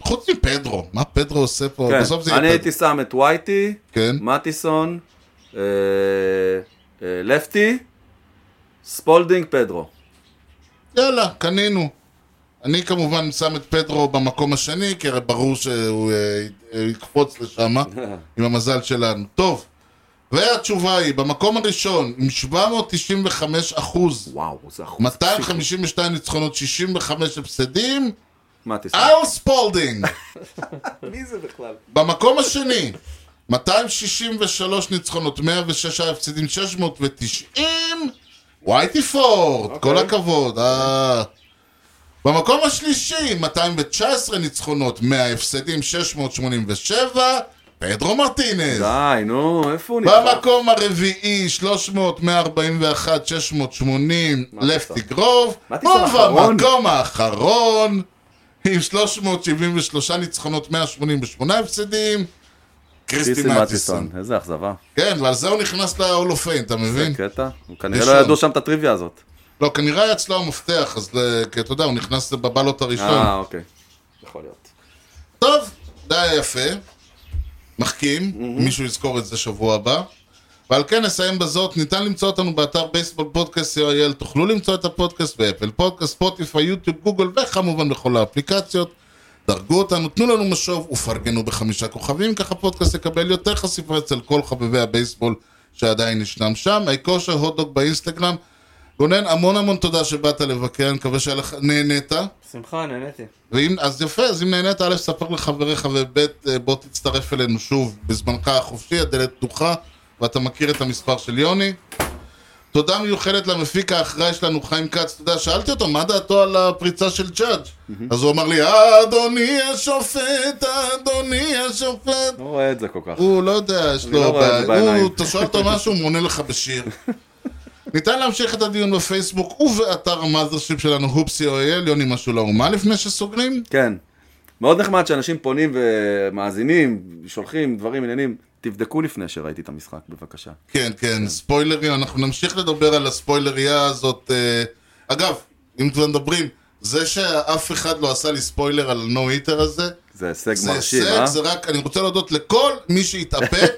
A: חוץ מפדרו, מה פדרו עושה פה? בסוף זה
B: כן, אני
A: יהיה פדרו.
B: הייתי שם את וייטי,
A: כן.
B: מטיסון, אה, אה, לפטי, ספולדינג, פדרו.
A: יאללה, קנינו. אני כמובן שם את פדרו במקום השני, כי הרי ברור שהוא אה, אה, יקפוץ לשם, עם המזל שלנו. טוב, והתשובה היא, במקום הראשון, עם 795 אחוז,
B: וואו, זה אחוז.
A: 252 ניצחונות, 65 הפסדים,
B: מטיסון.
A: אל ספולדינג.
B: אה, מי זה בכלל?
A: במקום השני, 263 ניצחונות, 106 הפסדים, 690, וייטי פורד, okay. כל הכבוד. אה. במקום השלישי, 219 ניצחונות, 100 הפסדים, 687, פדרו מרטינז.
B: די, נו, איפה הוא נמצא?
A: במקום הרביעי, 300, 141, 680,
B: מה
A: לפטי
B: אתה?
A: גרוב.
B: מה אתה עושה לאחרון?
A: ובמקום האחרון, עם 373 ניצחונות, 188 הפסדים, קריסטי
B: קריסטי
A: מטיסון.
B: מטיסון. איזה אכזבה.
A: כן, ועל זה הוא נכנס ל-all of fame, אתה
B: זה כן.
A: מבין?
B: קטע. הוא כנראה
A: ראשון.
B: לא ידעו שם את הטריוויה הזאת.
A: לא, כנראה היה אצלו המפתח, אז אה, כי אתה יודע, הוא נכנס בבלות הראשון.
B: אה, אוקיי. יכול להיות.
A: טוב, זה היה יפה. מחכים, מישהו יזכור את זה שבוע הבא. ועל כן נסיים בזאת, ניתן למצוא אותנו באתר בייסבול פודקאסט co.il, תוכלו למצוא את הפודקאסט באפל פודקאסט, ספוטיפיי, יוטיוב, גוגל וכמובן בכל האפליקציות. דרגו אותנו, תנו לנו משוב ופרגנו בחמישה כוכבים, ככה הפודקאסט יקבל יותר חשיפה אצל כל חובבי הבייסבול שעדיין ישנם שם. היי כושר הוטדוג באינסטגרם. גונן, המון המון תודה שבאת לבקר, אני מקווה שהיה לך- נהנית.
F: שמחה, נהניתי.
A: ואם, אז יפה, אז אם נהנית, א', ספר לחבריך, וב', אה, בוא תצטרף אלינו שוב בזמנך החופשי, הדלת פתוחה, ואתה מכיר את המספר של יוני. תודה מיוחדת למפיק האחראי שלנו, חיים כץ, אתה יודע, שאלתי אותו, מה דעתו על הפריצה של ג'אדג'? אז הוא אמר לי, אדוני השופט, אדוני השופט.
B: לא רואה את זה כל כך.
A: הוא לא יודע, יש לו...
B: לא רואה את זה
A: בעיה.
B: בעיניים.
A: הוא, אתה שואל אותו משהו, הוא עונה לך בשיר. ניתן להמשיך את הדיון בפייסבוק ובאתר המאזרשיפ שלנו, הופסי או.אל, יוני משהו לאומה לפני שסוגרים.
B: כן. מאוד נחמד שאנשים פונים ומאזינים, שולחים דברים, עניינים. תבדקו לפני שראיתי את המשחק, בבקשה.
A: כן, כן, ספוילרים, אנחנו נמשיך לדבר על הספוילריה הזאת. אה, אגב, אם כבר מדברים, זה שאף אחד לא עשה לי ספוילר על נו היטר הזה,
B: זה הישג
A: זה
B: מרשים,
A: הישג,
B: אה?
A: זה רק, אני רוצה להודות לכל מי שהתאפק.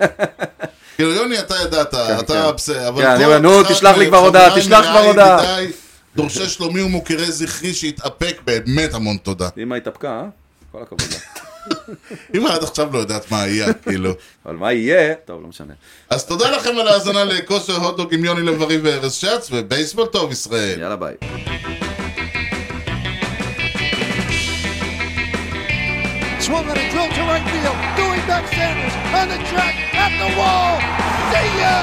A: כאילו, יוני, אתה ידעת, אתה
B: כן.
A: בסדר, אבל...
B: כן, אני
A: כל
B: אומר, נו,
A: אחד
B: תשלח לי כבר הודעה,
A: מחבריי,
B: תשלח כבר
A: מרעי,
B: הודעה.
A: מדי, דורשי שלומי ומוקירי זכרי שהתאפק, באמת המון תודה.
B: אמא התאפקה, אה? כל הכבוד לה.
A: אם עד עכשיו לא יודעת מה היה, כאילו.
B: אבל מה יהיה? טוב, לא משנה.
A: אז תודה לכם על ההאזנה לכושר הוטדוג עם יוני לב-ארי וארז שץ, ובייסבול טוב ישראל.
B: יאללה ביי.
C: Swung on a drill to right field. Doing back Sanders on the track at the wall. See ya!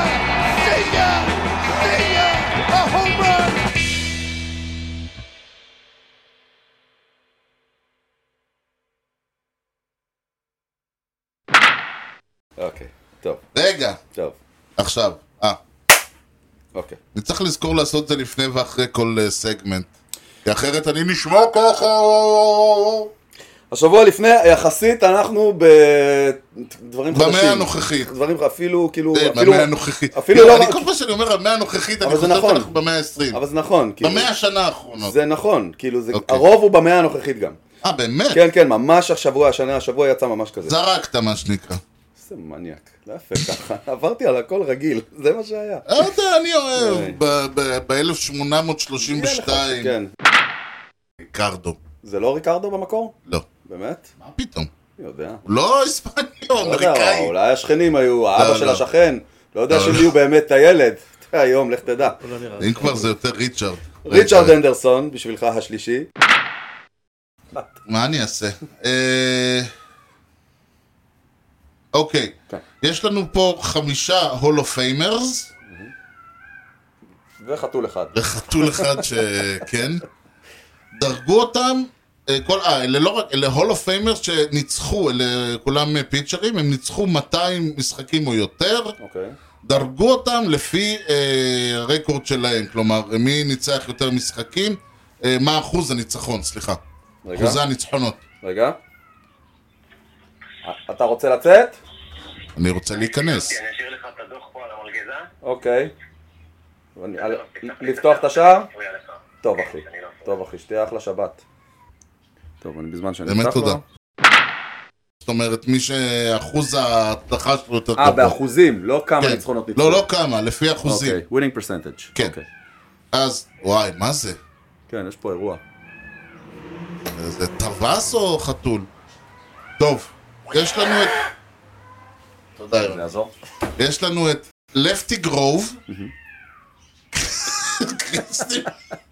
C: See ya! See ya! A home run!
B: אוקיי, טוב,
A: רגע,
B: טוב,
A: עכשיו. אה,
B: אוקיי.
A: אני צריך לזכור לעשות את זה לפני ואחרי כל אה, סגמנט. כי אחרת אני נשמע ככה...
B: השבוע לפני, יחסית, אנחנו בדברים חדשים.
A: במאה הנוכחית.
B: דברים אפילו, כאילו,
A: כן,
B: אפילו...
A: במאה הנוכחית.
B: אפילו לא...
A: אני כל פעם שאני אומר המאה הנוכחית, אני
B: אבל זה
A: חושב
B: נכון.
A: שאנחנו במאה העשרים.
B: אבל זה נכון, כאילו.
A: במאה השנה האחרונות.
B: זה נכון, כאילו, זה...
A: אוקיי.
B: הרוב הוא במאה הנוכחית גם.
A: אה, באמת?
B: כן, כן, ממש השבוע, השנה, השבוע יצא ממש כזה.
A: זרקת, מה שנקרא.
B: זה מניאק, לא יפה ככה. עברתי על הכל רגיל, זה מה שהיה.
A: לא יודע, אני
B: אוי.
A: אוהב.
B: יהיה לך,
A: ב-1832,
B: כן.
A: ריקרדו.
B: זה לא ריקרדו במקור?
A: לא.
B: באמת?
A: מה פתאום?
B: אני יודע.
A: הוא לא היספני, הוא
B: לא יודע,
A: אמריקאי.
B: אולי השכנים היו, האבא של
A: לא.
B: השכן. לא יודע
A: לא,
B: שהם
A: לא.
B: יהיו באמת את הילד. אתה יודע, היום, לך תדע.
F: לא
A: אם כבר זה יותר ריצ'רד.
B: לא- ריצ'רד אנדרסון, בשבילך השלישי.
A: מה אני אעשה? אה, אוקיי,
B: כן.
A: יש לנו פה חמישה הולו פיימרס,
B: וחתול אחד.
A: וחתול אחד שכן. דרגו אותם, אה, כל, אה, אלה לא רק, אלה הולו פיימרס שניצחו, אלה כולם אה, פיצ'רים, הם ניצחו 200 משחקים או יותר,
B: אוקיי.
A: דרגו אותם לפי אה, רקורד שלהם, כלומר, מי ניצח יותר משחקים, אה, מה אחוז הניצחון, סליחה,
B: רגע,
A: אחוזי הניצחונות.
B: רגע. א- אתה רוצה לצאת?
A: אני רוצה להיכנס.
E: אני אשאיר לך את הדוח פה על המלגזה.
B: אוקיי. אני- על- לפתוח את השער?
E: מפריע לך.
B: טוב אחי, טוב אחי, שתהיה אחלה שבת. טוב, אני בזמן שאני
A: באמת
B: אפתח
A: תודה.
B: לו.
A: זאת אומרת, מי שאחוז ההצלחה שלו יותר גבוה.
B: אה, באחוזים, לא כמה
A: כן.
B: ניצחונות ניצחו.
A: לא, לא כמה, לפי אחוזים.
B: אוקיי, ווינינג פרסנטג'.
A: כן. אז, וואי, מה זה?
B: כן, יש פה אירוע.
A: זה טווס או חתול? טוב, יש לנו את... תודה,
B: זה
A: יוני.
B: יעזור?
A: יש לנו את לפטי גרוב. קריסטי-